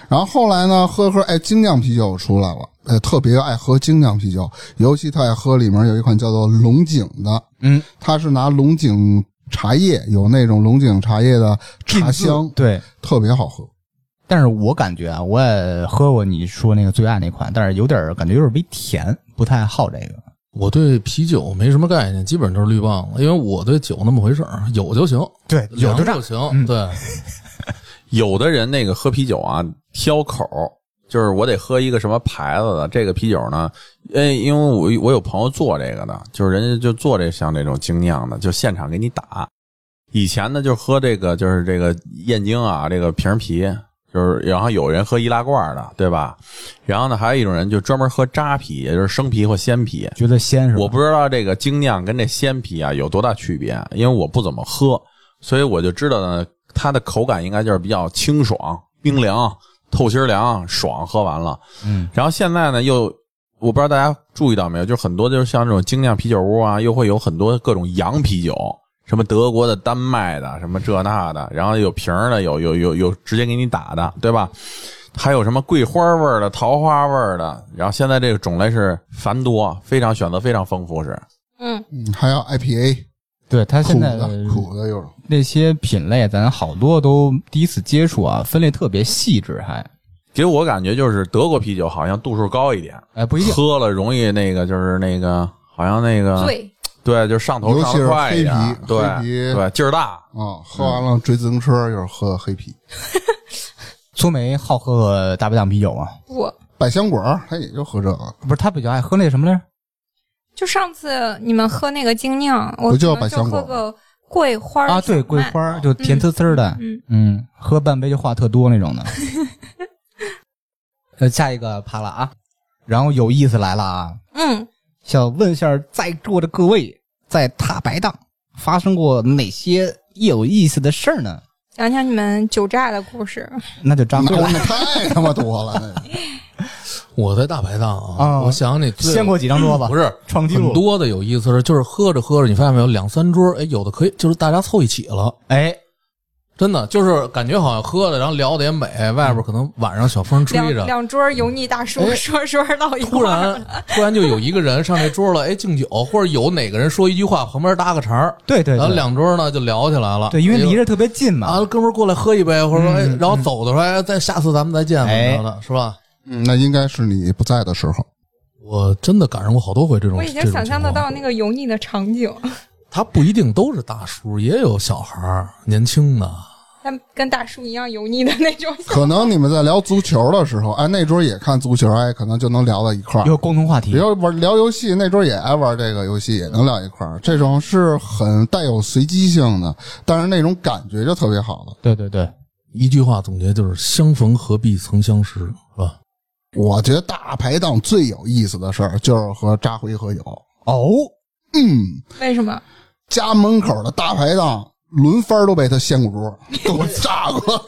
Speaker 4: 然后后来呢，喝着喝着，哎，精酿啤酒出来了，呃，特别爱喝精酿啤酒，尤其特爱喝里面有一款叫做龙井的，
Speaker 2: 嗯，
Speaker 4: 它是拿龙井茶叶，有那种龙井茶叶的茶香，
Speaker 2: 对，
Speaker 4: 特别好喝。
Speaker 2: 但是我感觉啊，我也喝过你说那个最爱那款，但是有点儿感觉有点微甜，不太好这个。
Speaker 1: 我对啤酒没什么概念，基本就是绿棒子，因为我对酒那么回事儿，有就行，
Speaker 2: 对
Speaker 1: 凉就行。
Speaker 2: 嗯
Speaker 1: 对，
Speaker 6: 有的人那个喝啤酒啊，挑口儿，就是我得喝一个什么牌子的这个啤酒呢？呃，因为我我有朋友做这个的，就是人家就做这像这种精酿的，就现场给你打。以前呢，就喝这个，就是这个燕京啊，这个瓶儿啤，就是然后有人喝易拉罐的，对吧？然后呢，还有一种人就专门喝扎啤，也就是生啤或鲜啤。
Speaker 2: 觉得鲜是吧？
Speaker 6: 我不知道这个精酿跟这鲜啤啊有多大区别，因为我不怎么喝，所以我就知道呢，它的口感应该就是比较清爽、冰凉、透心儿凉、爽，喝完了。
Speaker 2: 嗯，
Speaker 6: 然后现在呢，又我不知道大家注意到没有，就是很多就是像这种精酿啤酒屋啊，又会有很多各种洋啤酒。什么德国的、丹麦的，什么这那的，然后有瓶儿的，有有有有直接给你打的，对吧？还有什么桂花味儿的、桃花味儿的，然后现在这个种类是繁多，非常选择非常丰富是。
Speaker 5: 嗯，
Speaker 4: 嗯，还有 IPA，
Speaker 2: 对他
Speaker 4: 苦
Speaker 2: 现在
Speaker 4: 的苦的有啊
Speaker 2: 那些品类，咱好多都第一次接触啊，分类特别细致还，
Speaker 6: 给我感觉就是德国啤酒好像度数高一点，
Speaker 2: 哎，不一定。
Speaker 6: 喝了容易那个就是那个好像那个
Speaker 5: 醉，
Speaker 6: 对，就是上头
Speaker 4: 尤
Speaker 6: 上
Speaker 4: 其
Speaker 6: 的
Speaker 4: 是
Speaker 6: 快一点
Speaker 4: 黑啤，
Speaker 6: 对
Speaker 4: 黑啤
Speaker 6: 对，劲儿大。
Speaker 2: 嗯
Speaker 4: 啊，喝完了追自行车就是喝黑啤，
Speaker 2: 苏梅好喝大排档啤酒啊，
Speaker 5: 我
Speaker 4: 百香果儿他也就喝这个，
Speaker 2: 不是他比较爱喝那什么来着？
Speaker 5: 就上次你们喝那个精酿，我
Speaker 4: 不叫
Speaker 5: 可能
Speaker 4: 百香果
Speaker 5: 喝个桂花
Speaker 2: 啊，对，
Speaker 5: 小
Speaker 2: 桂
Speaker 5: 麦
Speaker 2: 花儿就甜滋滋的，
Speaker 5: 嗯
Speaker 2: 嗯，喝半杯就话特多那种的。呃，下一个趴了啊，然后有意思来了啊，
Speaker 5: 嗯，
Speaker 2: 想问一下在座的各位，在大排档发生过哪些有意思的事儿呢？
Speaker 5: 讲讲你们酒驾的故事。
Speaker 2: 那就张
Speaker 4: 那
Speaker 2: 哥来，
Speaker 4: 那太他妈多了，那 个
Speaker 1: 我在大排档
Speaker 2: 啊
Speaker 1: 啊，我想你最
Speaker 2: 掀过几张桌子，
Speaker 1: 不是
Speaker 2: 创纪
Speaker 1: 很
Speaker 2: 录，
Speaker 1: 多的有意思是，就是喝着喝着，你发现没有，两三桌，哎，有的可以就是大家凑一起了。
Speaker 2: 哎，
Speaker 1: 真的就是感觉好像喝了，然后聊的也美，外边可能晚上小风吹
Speaker 5: 两
Speaker 1: 着，
Speaker 5: 两桌油腻大叔
Speaker 1: 哎
Speaker 5: 说说到一
Speaker 1: 突
Speaker 5: 块儿，
Speaker 1: 然突然就有一个人上这桌了，哎，敬酒，或者有哪个人说一句话，旁边搭个茬儿，
Speaker 2: 对对
Speaker 1: 然后
Speaker 2: 对，
Speaker 1: 两桌呢就聊起来了。
Speaker 2: 对，因为
Speaker 1: 哎呦
Speaker 2: 离着特别近
Speaker 1: 啊
Speaker 2: 嘛，，
Speaker 1: 哥们儿过来喝一杯，或者说，哎
Speaker 2: 嗯嗯，
Speaker 1: 然后走的时候，哎，再下次咱们再见吧，
Speaker 2: 哎
Speaker 1: 什么的是吧？
Speaker 4: 嗯那应该是你不在的时候，
Speaker 1: 我真的赶上过好多回这种，
Speaker 5: 我已经想象得到那
Speaker 1: 个，
Speaker 5: 个油腻的场景，
Speaker 1: 他不一定都是大叔，也有小孩儿、年轻的，
Speaker 5: 但跟大叔一样油腻的那种。
Speaker 4: 可能你们在聊足球的时候，哎，那桌也看足球，哎，可能就能聊到一块儿。
Speaker 2: 有共同话题，
Speaker 4: 聊玩聊游戏，那桌也爱玩这个游戏，也能聊一块儿。这种是很带有随机性的，但是那种感觉就特别好了。
Speaker 2: 对对对，
Speaker 1: 一句话总结就是“相逢何必曾相识”，是吧？
Speaker 4: 我觉得大排档最有意思的事儿就是和扎辉喝酒。
Speaker 2: 哦，
Speaker 4: 嗯，
Speaker 5: 为什么？
Speaker 4: 家门口的大排档轮番都被他掀过桌，都炸过。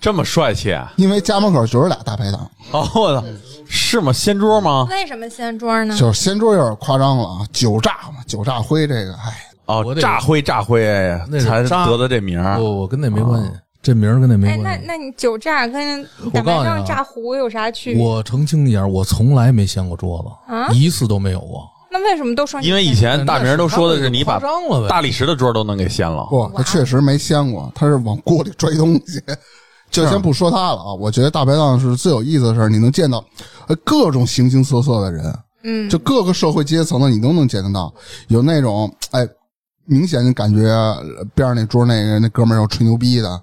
Speaker 6: 这么帅气啊！
Speaker 4: 因为家门口就是俩大排档，
Speaker 6: 哦，我操，是吗？掀桌
Speaker 1: 哦
Speaker 6: 吗？
Speaker 5: 为什么掀桌呢？
Speaker 4: 就是掀桌有点夸张了啊，酒炸嘛，酒炸灰这个，哎，
Speaker 1: 我
Speaker 6: 哦，
Speaker 1: 得
Speaker 6: 炸灰炸灰
Speaker 1: 那是
Speaker 6: 才
Speaker 1: 渣
Speaker 6: 得的这名儿。
Speaker 1: 我我跟那没关
Speaker 6: 哦
Speaker 1: 系，这名儿跟那
Speaker 5: 哎
Speaker 1: 没，
Speaker 5: 那
Speaker 1: 关系。
Speaker 5: 那你酒炸跟
Speaker 1: 告诉
Speaker 5: 打
Speaker 1: 你
Speaker 5: 麻
Speaker 1: 啊
Speaker 5: 将炸糊有啥区别？
Speaker 1: 我澄清一下，我从来没掀过桌子，
Speaker 5: 啊
Speaker 1: 一次都没有过。
Speaker 5: 那为什么都说你
Speaker 6: 因为以前大明儿都说的是你把
Speaker 1: 那是他们夸张了呗
Speaker 6: 大理石的桌都能给掀了。
Speaker 4: 不，他确实没掀过，他是往锅里拽东西。就先不说他了啊，我觉得大排档是最有意思的事儿，你能见到呃各种形形色色的人，
Speaker 5: 嗯
Speaker 4: 就各个社会阶层的你都能见得到，有那种哎，明显就感觉呃边上那桌那个那哥们儿要吹牛逼的，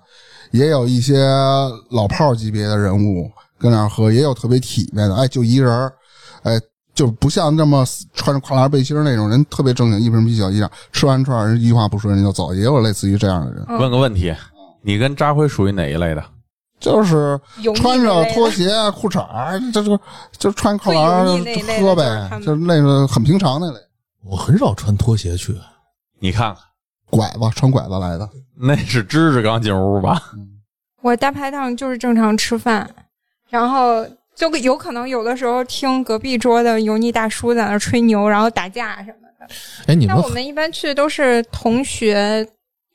Speaker 4: 也有一些老炮儿级别的人物跟那儿喝，也有特别体面的，哎，就一人儿，哎，就不像那么穿着跨栏背心儿那种人，特别正经，一瓶啤酒一样，吃完串儿人一句话不说人就走，也有类似于这样的人，
Speaker 5: 嗯
Speaker 6: 问个问题，你跟扎辉属于哪一类的？
Speaker 4: 就是
Speaker 5: 油腻
Speaker 4: 穿着
Speaker 5: 那类的
Speaker 4: 拖鞋啊、裤衩儿，这就就穿跨栏儿
Speaker 5: 最油腻那一类的
Speaker 4: 喝
Speaker 5: 就是
Speaker 4: 呗
Speaker 5: 他，们
Speaker 4: 就是那个很平常那类，
Speaker 1: 我很少穿拖鞋去，
Speaker 6: 你看看，
Speaker 4: 拐子穿拐子来的。
Speaker 6: 那是芝芝刚进屋吧？
Speaker 5: 我大排档就是正常吃饭，然后就有可能有的时候听隔壁桌的油腻大叔在那儿吹牛，然后打架什么的。
Speaker 1: 哎，你
Speaker 5: 但
Speaker 1: 们
Speaker 5: 我们一般去都是同学，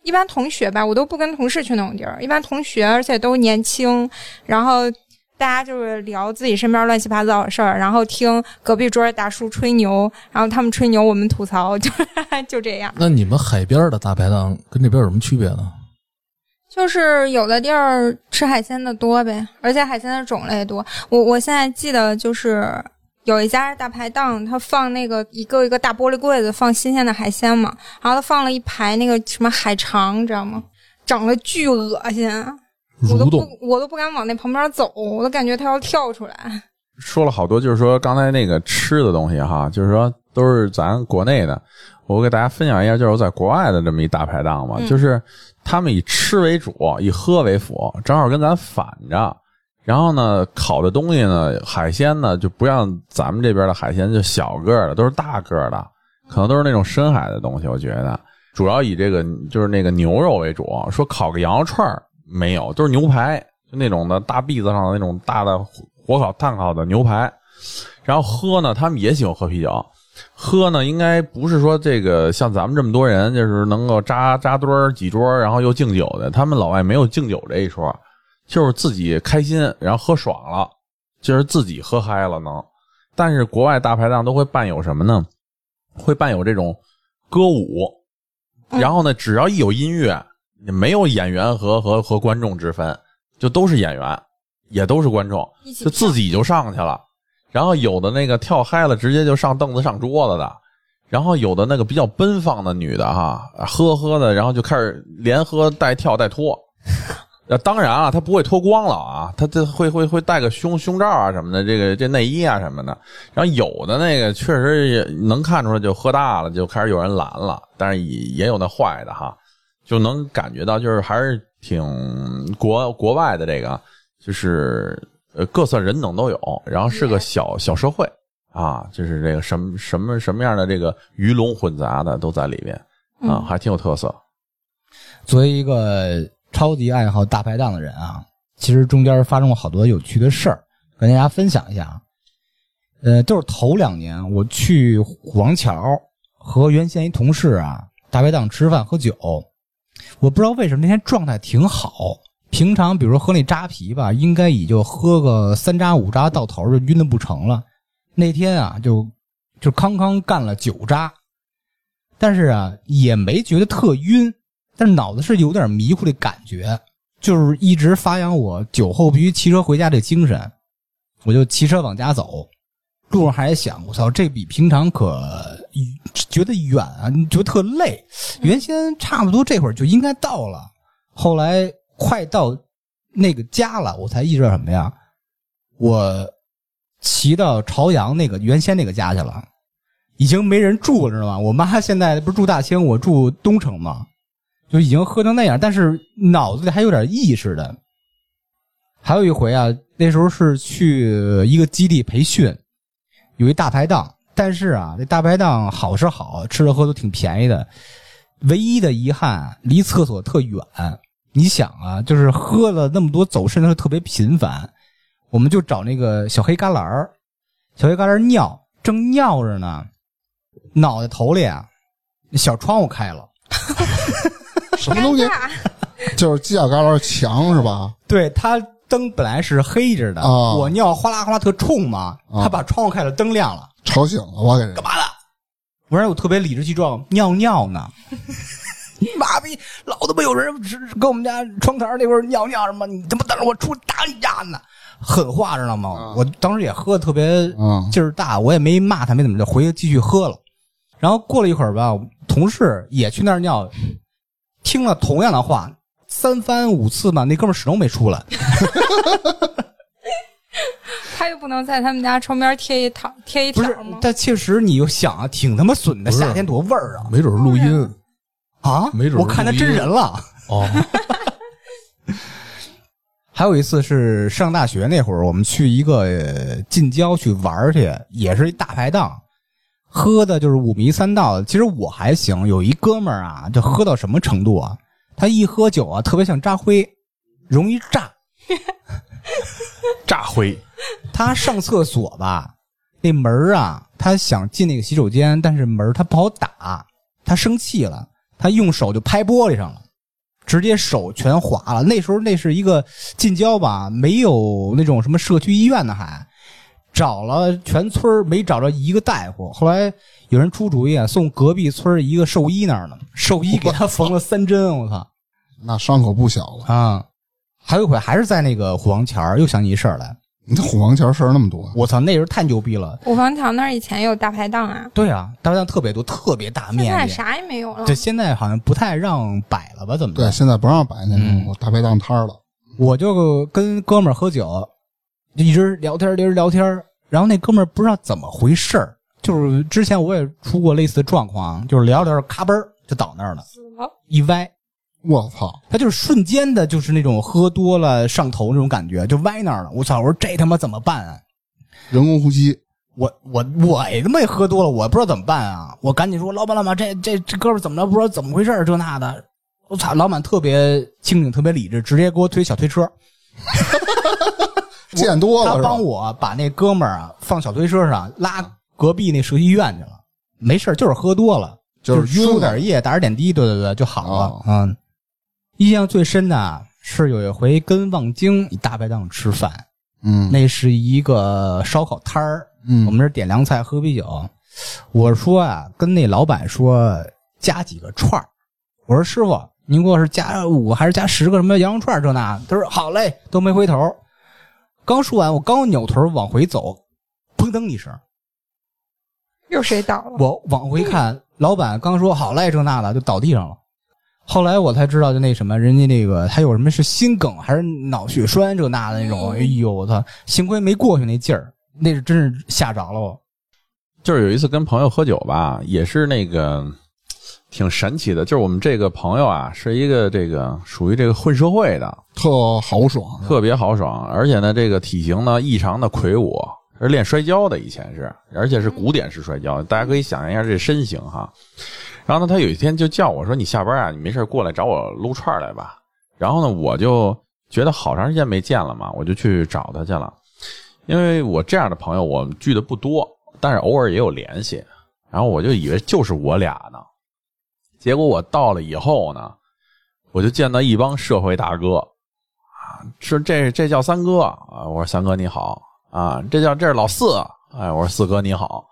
Speaker 5: 一般同学吧，我都不跟同事去那种地儿，一般同学，而且都年轻，然后大家就是聊自己身边乱七八糟的事儿，然后听隔壁桌的大叔吹牛，然后他们吹牛，我们吐槽， 就就这样。
Speaker 1: 那你们海边的大排档跟这边有什么区别呢？
Speaker 5: 就是有的地儿吃海鲜的多呗，而且海鲜的种类多。我我现在记得就是有一家大排档，他放那个一个一个大玻璃柜子放新鲜的海鲜嘛，然后他放了一排那个什么海肠，你知道吗？长得巨恶心，啊我都
Speaker 1: 蠕
Speaker 5: 不
Speaker 1: 动，
Speaker 5: 我都不敢往那旁边走，我都感觉它要跳出
Speaker 2: 啊
Speaker 5: 来。
Speaker 6: 说了好多，就是说刚才那个吃的东西哈，就是说都是咱国内的。我给大家分享一下，就是我在国外的这么一大排档嘛，
Speaker 5: 嗯
Speaker 6: 就是他们以吃为主，以喝为辅，正好跟咱反着。然后呢，烤的东西呢，海鲜呢，就不像咱们这边的海鲜就小个儿的，都是大个儿的，可能都是那种深海的东西。我觉得主要以这个就是那个牛肉为主，啊说烤个羊肉串儿没有，都是牛排，就那种的大篦子上的那种大的火烤炭烤的牛排。然后喝呢，他们也喜欢喝啤酒，喝呢，应该不是说这个像咱们这么多人，就是能够扎扎堆儿几桌，然后又敬酒的。他们老外没有敬酒这一说，就是自己开心，然后喝爽了，就是自己喝嗨了能。但是国外大排档都会伴有什么呢？会伴有这种歌舞，
Speaker 5: 嗯
Speaker 6: 然后呢，只要一有音乐，也没有演员和和和观众之分，就都是演员，也都是观众，
Speaker 5: 一起
Speaker 6: 就自己就上去了。然后有的那个跳嗨了，直接就上凳子上桌子的。然后有的那个比较奔放的女的哈，喝喝的，然后就开始连喝带跳 带脱。呃，当然啊，她不会脱光了啊，她这会会会带个胸胸罩啊什么的，这个这内衣啊什么的。然后有的那个确实也能看出来，就喝大了，就开始有人拦了，但是也也有那坏的哈，就能感觉到就是还是挺国国外的这个，啊就是呃各色人等都有，然后是个小小社会啊，就是这个什么什么什么样的这个鱼龙混杂的都在里面啊，
Speaker 5: 嗯
Speaker 6: 还挺有特色。
Speaker 2: 作为一个超级爱好大排档的人啊，其实中间发生过好多有趣的事儿，跟大家分享一下啊。呃，就是头两年我去虎王桥和原先一同事啊大排档吃饭喝酒，我不知道为什么那天状态挺好。平常比如说喝那扎啤吧，应该也就喝个三扎五扎到头就晕的不成了。那天啊，就就康康干了九扎，但是啊也没觉得特晕，但是脑子是有点迷糊的感觉，就是一直发扬我酒后必须骑车回家这精神，我就骑车往家走。路上还想，我操，这比平常可觉得远啊，你觉得特累。原先差不多这会儿就应该到了，后来快到那个家了，我才意识到什么呀？我骑到朝阳那个原先那个家去了，已经没人住了，知道吗？我妈现在不是住大兴，我住东城嘛。就已经喝成那样，但是脑子里还有点意识的。还有一回啊，那时候是去一个基地培训，有一大排档，但是啊，这大排档好是好，吃的喝都挺便宜的，唯一的遗憾离厕所特远。你想啊，就是喝了那么多，走肾的时候特别频繁，我们就找那个小黑旮旯儿小黑旮旯儿尿，正尿着呢，脑袋头里啊，小窗户开了。
Speaker 4: 什么
Speaker 5: 尴
Speaker 4: 东西？
Speaker 5: 尬，
Speaker 4: 就是犄角旮旯墙是吧？
Speaker 2: 对他灯本来是黑着的，
Speaker 4: 哦
Speaker 2: 我尿哗啦哗啦特冲嘛，
Speaker 4: 哦
Speaker 2: 他把窗户开了，灯亮了，
Speaker 4: 吵醒了我给人。
Speaker 2: 我让我特别理直气壮尿尿 呢。你妈逼，老他妈有人直跟我们家窗台那块儿尿尿什么，你他妈等着我出去打你丫呢！狠话知道吗？
Speaker 4: 啊
Speaker 2: 我当时也喝的特别
Speaker 4: 嗯
Speaker 2: 劲儿大，我也没骂他，没怎么着，回去继续喝了。然后过了一会儿吧，同事也去那儿尿，听了同样的话，三番五次吧，那哥们儿始终没出来。
Speaker 5: 他又不能在他们家窗边贴一条贴一
Speaker 2: 不
Speaker 5: 条
Speaker 2: 是
Speaker 5: 吗，？
Speaker 2: 但确实你又想啊，挺他妈损的，
Speaker 1: 不是
Speaker 2: 夏天多味儿啊
Speaker 1: 没准儿录音
Speaker 2: 啊！
Speaker 1: 没准儿
Speaker 2: 我看他真人了。
Speaker 1: 哦，
Speaker 2: 还有一次是上大学那会儿，我们去一个呃近郊去玩儿去，也是一大排档，喝的就是五迷三道的。其实我还行，有一哥们儿啊，这喝到什么程度啊？他一喝酒啊，特别像扎灰，容易炸。
Speaker 6: 炸灰，
Speaker 2: 他上厕所吧，那门儿啊，他想进那个洗手间，但是门儿他不好打，他生气了，他用手就拍玻璃上了，直接手全划了。那时候那是一个近郊吧，没有那种什么社区医院呢还，找了全村儿没找着一个大夫。后来有人出主意啊，送隔壁村儿一个兽医那儿呢，兽医给他缝了三针，我操！
Speaker 4: 那伤口不小了。
Speaker 2: 啊，还有一回还是在那个虎王桥儿，又想起一事儿来，
Speaker 4: 你这虎王桥事儿那么多，
Speaker 2: 我操，那时候太牛逼了。
Speaker 5: 五房桥那儿以前有大排档啊，
Speaker 2: 对啊，大排档特别多，特别大
Speaker 5: 现在
Speaker 2: 面积。
Speaker 5: 啥也没有了
Speaker 2: 对，。现在好像不太让摆了吧？怎么着
Speaker 4: 对，现在不让摆那
Speaker 2: 嗯
Speaker 4: 种大排档摊儿了。
Speaker 2: 我就跟哥们儿喝酒，就一直聊天儿，一直聊天儿。然后那哥们儿不知道怎么回事儿，就是之前我也出过类似的状况，就是聊着聊着咔嘣儿就倒那儿了，一歪。
Speaker 4: 我操！
Speaker 2: 他就是瞬间的，就是那种喝多了上头那种感觉，就歪那儿了。我操！我说这他妈怎么办啊？
Speaker 4: 人工呼吸，
Speaker 2: 我我我他妈也喝多了，我不知道怎么办啊！我赶紧说老板老板，这这这哥们儿怎么着？不知道怎么回事儿这那的。我操！老板特别清醒，特别理智，直接给我推小推车。
Speaker 4: 见多了
Speaker 2: 他
Speaker 4: 是吧
Speaker 2: 帮？我把那哥们儿啊放小推车上，拉隔壁那社区医院去了。没事儿就是喝多了，
Speaker 4: 就是
Speaker 2: 是输
Speaker 4: 晕了
Speaker 2: 点液，打点滴，对对对，就好了。
Speaker 4: 哦
Speaker 2: 嗯，印象最深的啊是有一回跟望京一大排档吃饭，
Speaker 4: 嗯，
Speaker 2: 那是一个烧烤摊儿，
Speaker 4: 嗯
Speaker 2: 我们这儿点凉菜喝啤酒。我说啊，跟那老板说加几个串儿，我说师傅，您给我是加五个还是加十个什么羊肉串儿这那？他说好嘞，都没回头。刚说完，我刚扭头往回走，砰噔一声，
Speaker 5: 又谁倒了？
Speaker 2: 我往回看，老板刚说好嘞这那的，就倒地上了。后来我才知道，就那什么，人家那个他有什么是心梗还是脑血栓这那的那种，哎呦我操！幸亏没过去那劲儿，那是真是吓着了我。
Speaker 6: 就是有一次跟朋友喝酒吧，也是那个挺神奇的，就是我们这个朋友啊，是一个这个属于这个混社会的，
Speaker 4: 特豪爽，
Speaker 6: 特别豪爽，而且呢，这个体型呢异常的魁梧，是练摔跤的，以前是，而且是古典式摔跤，大家可以想象一下这身形哈。然后呢，他有一天就叫我说：“你下班啊，你没事过来找我撸串儿来吧。”然后呢，我就觉得好长时间没见了嘛，我就去找他去了。因为我这样的朋友我聚的不多，但是偶尔也有联系。然后我就以为就是我俩呢，结果我到了以后呢，我就见到一帮社会大哥，是这这叫三哥啊，我说三哥你好啊，这叫这是老四，哎，我说四哥你好，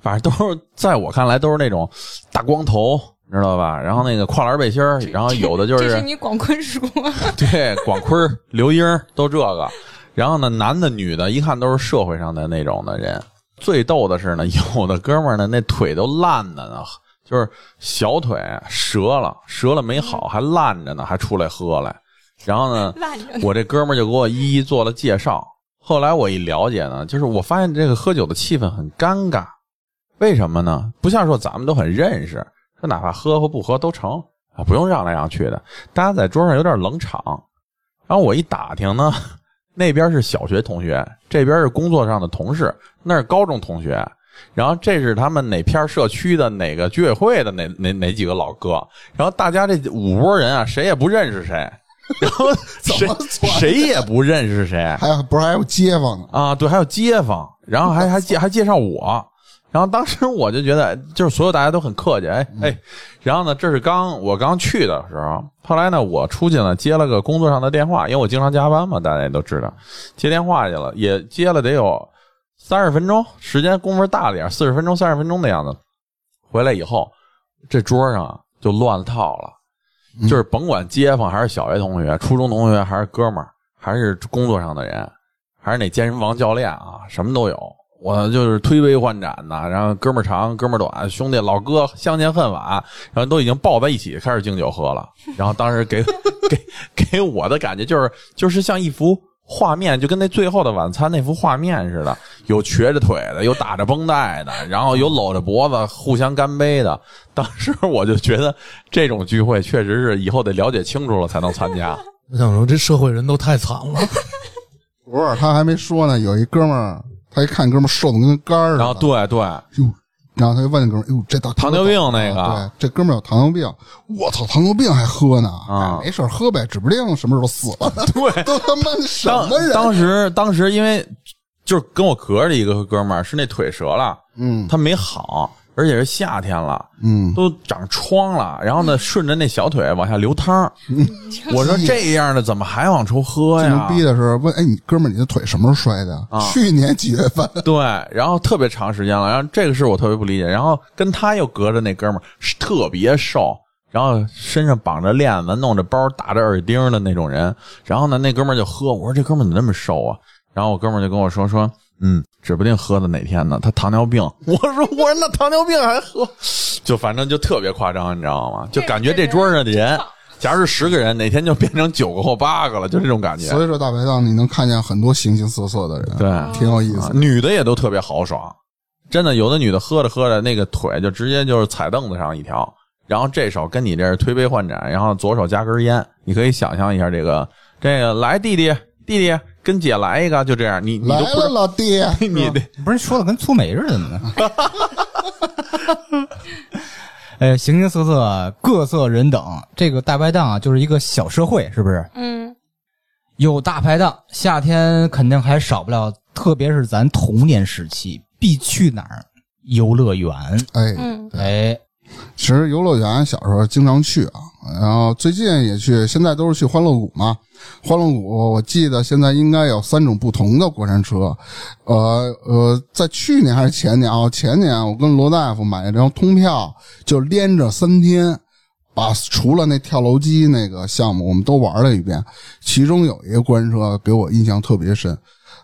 Speaker 6: 反正都是在我看来都是那种大光头，你知道吧？然后那个跨栏背心儿，然后有的就
Speaker 5: 这是你广坤叔，
Speaker 6: 对，广坤儿、刘英儿都这个。然后呢，男的、女的，一看都是社会上的那种的人。最逗的是呢， 有的哥们儿呢，那腿都烂的呢，就是小腿折了，折了没好，还烂着呢，还出来喝来。然后呢，
Speaker 5: 烂着呢
Speaker 6: 我这哥们儿就给我一一做了介绍。后来我一了解呢，就是我发现这个喝酒的气氛很尴尬，为什么呢？不像说咱们都很认识，说哪怕喝和不喝都成啊，不用让来让去的。大家在桌上有点冷场。然后我一打听呢， 那边是小学同学，这边是工作上的同事，那是高中同学。然后这是他们哪片社区的哪个居委会的哪哪哪几个老哥，然后大家这五拨人啊，谁也不认识谁，然后 谁
Speaker 4: 么窜
Speaker 6: 谁也不认识谁，
Speaker 4: 还有不是还有街坊呢，
Speaker 6: 啊，对，还有街坊，然后还还介还介绍我，然后当时我就觉得，哎就是所有大家都很客气，哎哎，然后呢，这是刚我刚去的时候，后来呢，我出去了，接了个工作上的电话，因为我经常加班嘛，大家也都知道，接电话去了，也接了得有三十分钟，时间工夫大了点，四十分钟、三十分钟的样子，回来以后，这桌上就乱套了。就是甭管街坊还是小学同学、初中同学，还是哥们儿，还是工作上的人，还是那健身房教练啊，什么都有。我就是推杯换盏呐、然后哥们儿长，哥们儿短，兄弟老哥相见恨晚，然后都已经抱在一起开始敬酒喝了。然后当时给给给我的感觉就是就是像一幅画面，就跟那最后的晚餐那幅画面似的，有瘸着腿的，有打着绷带的，然后有搂着脖子互相干杯的。当时我就觉得这种聚会确实是以后得了解清楚了才能参加。
Speaker 1: 我想说，这社会人都太惨 了。
Speaker 4: 不是他还没说呢，有一哥们儿，他一看哥们儿瘦的跟杆儿似
Speaker 6: 然后
Speaker 4: 的，
Speaker 6: 对对，
Speaker 4: 哟，然后他就问哥们儿，哟，这大
Speaker 6: 糖尿病那个
Speaker 4: 啊对，这哥们儿有糖尿病，我操，糖尿病还喝呢，
Speaker 6: 啊
Speaker 4: 哎没事儿喝呗，指不定什么时候死了， 对，都他妈的什
Speaker 6: 当
Speaker 4: 么人？
Speaker 6: 当时当时因为就是跟我隔着一个哥们儿，是那腿折了，
Speaker 4: 嗯
Speaker 6: 他没好，而且是夏天了，
Speaker 4: 嗯，
Speaker 6: 都长疮了，然后呢顺着那小腿往下流汤儿。我说这样的怎么还往出喝
Speaker 4: 最嗯啊牛
Speaker 6: 呀？
Speaker 4: 逼的是问，哎，你哥们儿，你的腿什么时候摔的？
Speaker 6: 啊
Speaker 4: 去年几月 份？
Speaker 6: 对，然后特别长时间了，然后这个是我特别不理解。然后跟他又隔着那哥们儿是特别瘦，然后身上绑着链子，弄着包，打着耳钉的那种人。然后呢，那哥们儿就喝，我说这哥们儿怎么那么瘦啊？然后我哥们儿就跟我说说，嗯，指不定喝的哪天呢，他糖尿病。 我说我说那糖尿病还喝，就反正就特别夸张，你知道吗？就感觉这桌上的人，假如是十个人，哪天就变成九个或八个了，就这种感觉
Speaker 4: 所。以说大排档你能看见很多形形色色的人，
Speaker 6: 对，
Speaker 4: 挺有意思
Speaker 6: 啊
Speaker 4: 的。
Speaker 6: 女的也都特别豪爽，真的，有的女的喝着喝着，那个腿就直接就是踩凳子上一条，然后这手跟你这儿推杯换盏，然后左手夹根烟，你可以想象一下这个这个来弟弟弟弟跟姐来一个，就这样，你你
Speaker 4: 来啊
Speaker 6: 都不
Speaker 4: 了，
Speaker 6: 知道
Speaker 4: 老弟，
Speaker 6: 你得
Speaker 2: 不是说的跟粗眉似的 吗？呃，形形色色，各色人等，这个大排档啊，就是一个小社会，是不是？
Speaker 5: 嗯，
Speaker 2: 有大排档，夏天肯定还少不了，特别是咱童年时期必去哪儿？游乐园。
Speaker 4: 哎，
Speaker 5: 嗯，
Speaker 2: 哎，
Speaker 4: 其实游乐园小时候经常去啊，然后最近也去，现在都是去欢乐谷嘛。欢乐谷我记得现在应该有三种不同的过山车，呃呃，在去年还是前年啊，前年我跟罗大夫买了张通票，就连着三天。把除了那跳楼机那个项目，我们都玩了一遍。其中有一个过山车给我印象特别深，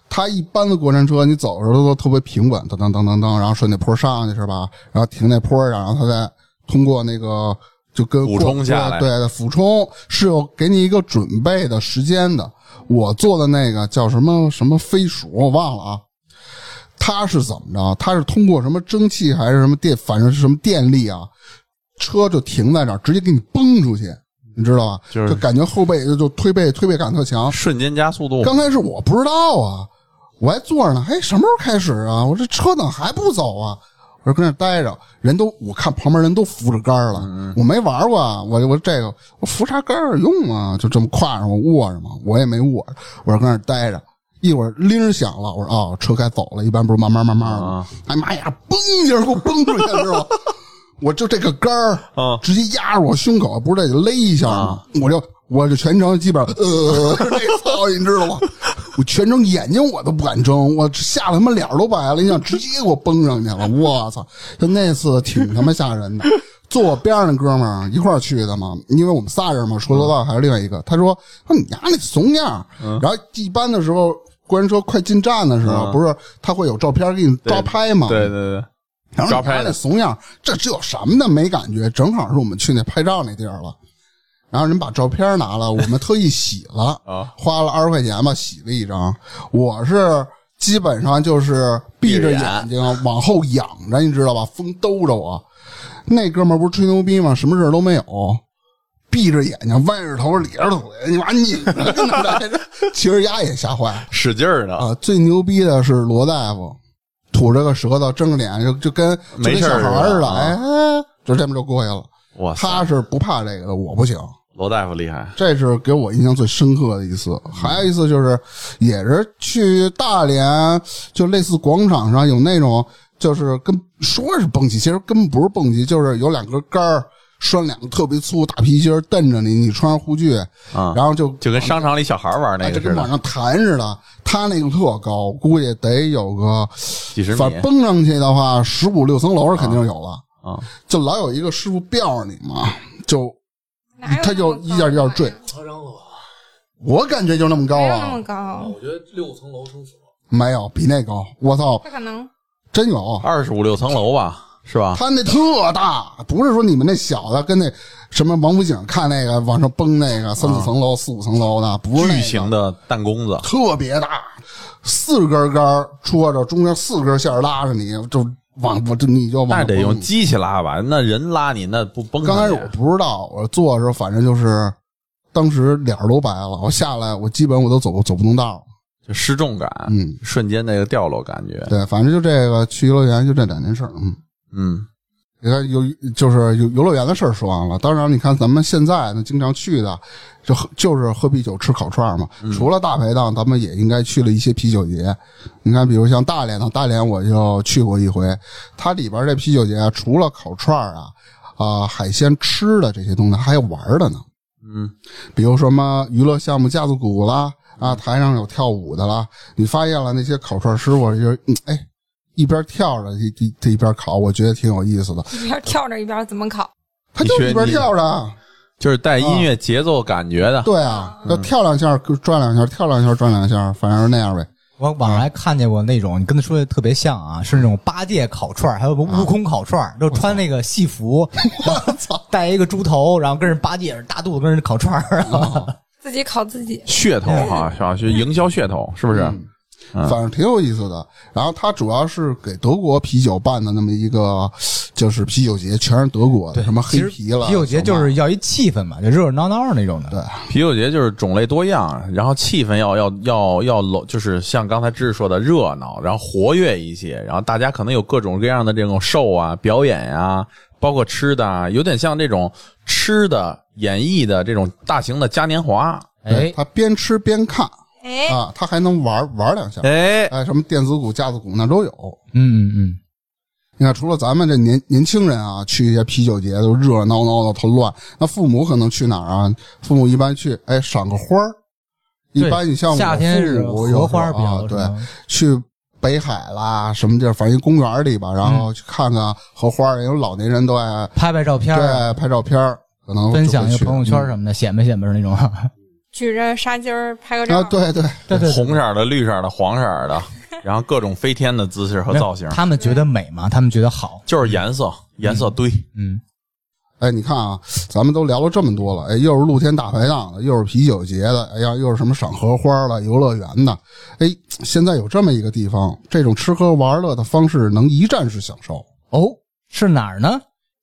Speaker 4: 它一般的过山车，你走的时候都特别平稳，当当当当当，然后顺那坡上去是吧？然后停那坡上，然后它再通过那个就跟
Speaker 6: 俯冲下来
Speaker 4: 对对，俯冲是有给你一个准备的时间的。我坐的那个叫什么什么飞鼠，我忘了啊。它是怎么着？它是通过什么蒸汽还是什么电，反正是什么电力啊？车就停在那儿，直接给你崩出去，你知道吧？
Speaker 6: 就是
Speaker 4: 就感觉后背就就推背推背感特强，
Speaker 6: 瞬间加速度，
Speaker 4: 啊刚开始我不知道啊，我还坐着呢，哎，什么时候开始啊？我这车怎么还不走啊？我就跟那儿待着，人都我看旁边人都扶着杆儿了，我没玩过，啊，我我这个我扶啥杆儿有用啊？就这么挎上我握着嘛，我也没握着，我就跟那儿待着。一会儿铃儿响了，我说哦，车该走了，一般不是慢慢慢慢吗？哎妈呀，嘣一下给我崩出去了，知道吗？我就这个杆儿
Speaker 6: 啊
Speaker 4: 直接压着我胸口，不是得勒一下吗？我就我就全程基本上 呃这操，你知道吗？我全程眼睛我都不敢睁，我吓得他妈脸儿都白了，你想直接给我崩上去了，我操！就那次挺他妈吓人 的。坐我边上那哥们儿一块儿去的嘛，因为我们仨人嘛，除了道还有另外一个，他说：“他说你丫那怂样儿。然后一般的时候，过山车快进站的时候，
Speaker 6: 嗯
Speaker 4: 不是他会有照片给你抓拍嘛？
Speaker 6: 对对对，
Speaker 4: 然后
Speaker 6: 抓拍的
Speaker 4: 你看那怂样，这这有什么的没感觉？正好是我们去那拍照那地儿了。然后人把照片拿了，我们特意洗了，
Speaker 6: 啊
Speaker 4: 花了二十块钱吧，洗了一张。我是基本上就是闭着
Speaker 6: 闭着眼
Speaker 4: 眼睛往后仰着，你知道吧？风兜着我。那哥们儿不是吹牛逼吗？什么事儿都没有，闭着眼睛，歪着头，咧着嘴，你妈拧着跟那待着。其实丫也吓坏了。
Speaker 6: 使劲儿呢，
Speaker 4: 啊，最牛逼的是罗大夫，吐着个舌头，睁着脸，就就跟就
Speaker 6: 没
Speaker 4: 跟
Speaker 6: 事
Speaker 4: 小
Speaker 6: 儿
Speaker 4: 孩儿似
Speaker 6: 是
Speaker 4: 的，
Speaker 6: 吧
Speaker 4: 哎，就这么就过去了。
Speaker 6: 哇塞，
Speaker 4: 他是不怕这个的，我不行，
Speaker 6: 罗大夫厉害，
Speaker 4: 这是给我印象最深刻的一次。还有一次就是，也是去大连，就类似广场上有那种，就是跟说是蹦极，其实根本不是蹦极，就是有两根杆儿，拴两个特别粗大皮筋儿，蹬着你，你穿上护具，
Speaker 6: 啊，
Speaker 4: 然后就
Speaker 6: 就跟商场里小孩玩那
Speaker 4: 哎，
Speaker 6: 个
Speaker 4: 这
Speaker 6: 似
Speaker 4: 跟往
Speaker 6: 的，
Speaker 4: 上弹似的，他那个特高，估计得有个，
Speaker 6: 几十
Speaker 4: 反
Speaker 6: 米
Speaker 4: 正蹦上去的话，十五六层楼是肯定有了。
Speaker 6: 啊，
Speaker 4: 就老有一个师傅吊着你嘛，就
Speaker 5: 哪有
Speaker 4: 他就
Speaker 5: 那么
Speaker 4: 一下
Speaker 5: 高啊
Speaker 4: 一下坠。我感觉就那么高
Speaker 5: 没有那
Speaker 4: 啊
Speaker 5: 么，高，
Speaker 1: 我觉得六层楼生死。
Speaker 4: 没有比那高。我操，
Speaker 5: 不可能。
Speaker 4: 真有！
Speaker 6: 二十五六层楼吧，是吧？
Speaker 4: 他那特大，不是说你们那小的跟那什么王府井看那个往上崩那个三四层楼、四五层楼的，不是那
Speaker 6: 嗯巨
Speaker 4: 个
Speaker 6: 型的弹弓子，
Speaker 4: 特别大，四根杆儿戳着，中间四根线儿拉着你，就往我就你就往
Speaker 6: 那
Speaker 4: 上
Speaker 6: 得
Speaker 4: 蹦
Speaker 6: 用机器拉吧？那人拉你啊那不崩上去？
Speaker 4: 刚开始我不知道，我坐的时候反正就是，当时脸儿都白了。我下来，我基本我都走走不动道了。
Speaker 6: 就失重感，
Speaker 4: 嗯，
Speaker 6: 瞬间那个掉落感觉，
Speaker 4: 对，反正就这个去游乐园就这两件事儿。嗯，
Speaker 6: 嗯，
Speaker 4: 你看游就是游游乐园的事儿说完了，当然你看咱们现在呢经常去的，就喝就是喝啤酒吃烤串嘛。除了大排档，咱们也应该去了一些啤酒节。你看，比如像大连呢，大连我就去过一回，它里边这啤酒节啊除了烤串儿啊啊、海鲜吃的这些东西，还有玩儿的呢。
Speaker 6: 嗯，
Speaker 4: 比如什么娱乐项目架子鼓啦，啊，台上有跳舞的啦，你发现了那些烤串师傅就是，嗯哎，一边跳着一一这一边烤，我觉得挺有意思的。
Speaker 5: 一边跳着一边怎么考？
Speaker 4: 他就
Speaker 6: 你学
Speaker 4: 一边
Speaker 6: 你
Speaker 4: 跳着，啊
Speaker 6: 就是带音乐节奏感觉的，
Speaker 4: 对啊，
Speaker 2: 嗯
Speaker 4: 就跳两下转两下，跳两下转两下，反正是那样呗。
Speaker 2: 我网上还看见过那种，你跟他说的特别像啊，是那种八戒烤串儿，还有个悟空烤串儿，就穿那个戏 服，我操，戴一个猪头，然后跟人八戒大肚子跟人烤串儿，
Speaker 4: 哦
Speaker 5: 自己考自
Speaker 4: 啊
Speaker 5: 己。
Speaker 6: 噱头
Speaker 4: 嗯
Speaker 6: 哈，是吧？是营销噱头，是不是？
Speaker 2: 嗯
Speaker 4: 反正挺有意思的。然后他主要是给德国啤酒办的那么一个，就是啤酒节，全是德国的，什么黑啤了，
Speaker 2: 啤酒节就
Speaker 4: 什么
Speaker 2: 是要一气氛嘛，就热热闹闹那种的。
Speaker 4: 对
Speaker 6: 啤酒节就是种类多样，然后气氛要要要要冷，就是像刚才芝芝说的热闹，然后活跃一些，然后大家可能有各种各样的这种 show 啊、表演呀、包括吃的啊，有点像这种吃的演绎的这种大型的嘉年华。
Speaker 4: 对
Speaker 2: 哎，
Speaker 4: 他边吃边看
Speaker 5: 哎，
Speaker 4: 啊，他还能玩玩两下，
Speaker 6: 哎，
Speaker 4: 哎，什么电子鼓、架子鼓那都有。
Speaker 2: 嗯嗯嗯，
Speaker 4: 你看，除了咱们这年年轻人啊，去一些啤酒节都热热闹闹的，特乱。那父母可能去哪儿啊？父母一般去，哎，赏个花儿。一
Speaker 7: 对
Speaker 4: 般你像我
Speaker 7: 夏天是
Speaker 4: 父母有时候
Speaker 7: 荷花比
Speaker 4: 啊
Speaker 7: 较，
Speaker 4: 对
Speaker 7: 是，吗
Speaker 4: 去北海啦，什么地儿，反正一公园里
Speaker 2: 嗯
Speaker 4: 吧，然后去看看荷花儿，因为老年人都爱
Speaker 2: 拍拍照片儿啊，
Speaker 4: 对拍照片儿，可能
Speaker 2: 分享
Speaker 4: 就
Speaker 2: 一个
Speaker 4: 会哦去嗯
Speaker 2: 朋友圈什么的，显摆显摆那种。
Speaker 5: 举着纱巾儿拍个
Speaker 4: 嗯
Speaker 5: 照。
Speaker 4: 啊，对对，
Speaker 2: 对对对
Speaker 6: 红色儿的、绿色儿的、黄色儿的，然后各种飞天的姿势和造型，
Speaker 2: 他们觉得美嘛，他们觉得好。
Speaker 6: 就是颜色，颜色堆。
Speaker 2: 嗯，
Speaker 4: 哎，你看啊，咱们都聊了这么多了，哎，又是露天大排档的，又是啤酒节的，哎呀，又是什么赏荷花了、游乐园的，哎，现在有这么一个地方，这种吃喝玩乐的方式能一站式享受。
Speaker 2: 哦，是哪儿呢？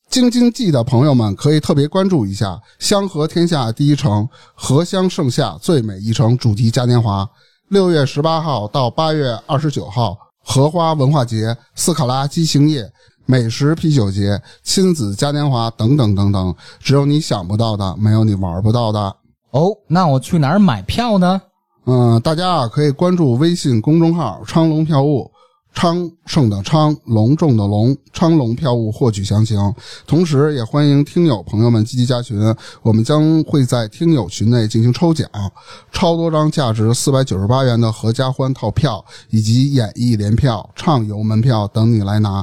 Speaker 4: 京津冀的朋友们可以特别关注一下“香河天下第一城，荷香盛夏最美一城”主题嘉年华，六月十八号到八月二十九号，荷花文化节、斯卡拉激情夜、美食啤酒节、亲子嘉年华等等等等，只有你想不到的，没有你玩不到的。
Speaker 2: 哦，那我去哪儿买票呢？
Speaker 4: 嗯，大家啊可以关注微信公众号“昌龙票务”，昌盛的昌，隆重的隆，昌龙票务获取详情。同时，也欢迎听友朋友们积极加群，我们将会在听友群内进行抽奖，超多张价值四百九十八元的合家欢套票以及演艺联票、畅游门票等你来拿。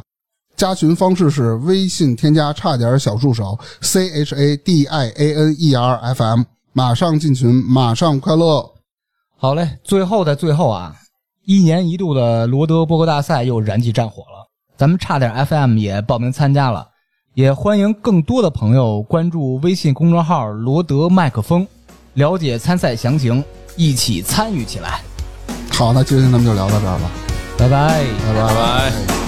Speaker 4: 加群方式是微信添加差点小助手 C H A D I A N E R F M，马上进群，马上快乐。
Speaker 2: 好嘞，最后的最后啊，一年一度的罗德伯格大赛又燃起战火了，咱们差点 FM 也报名参加了，也欢迎更多的朋友关注微信公众号“罗德麦克风”，了解参赛详情，一起参与起来。
Speaker 4: 好，那今天咱们就聊到这儿吧，
Speaker 2: 拜拜。
Speaker 4: 拜拜
Speaker 6: 拜拜。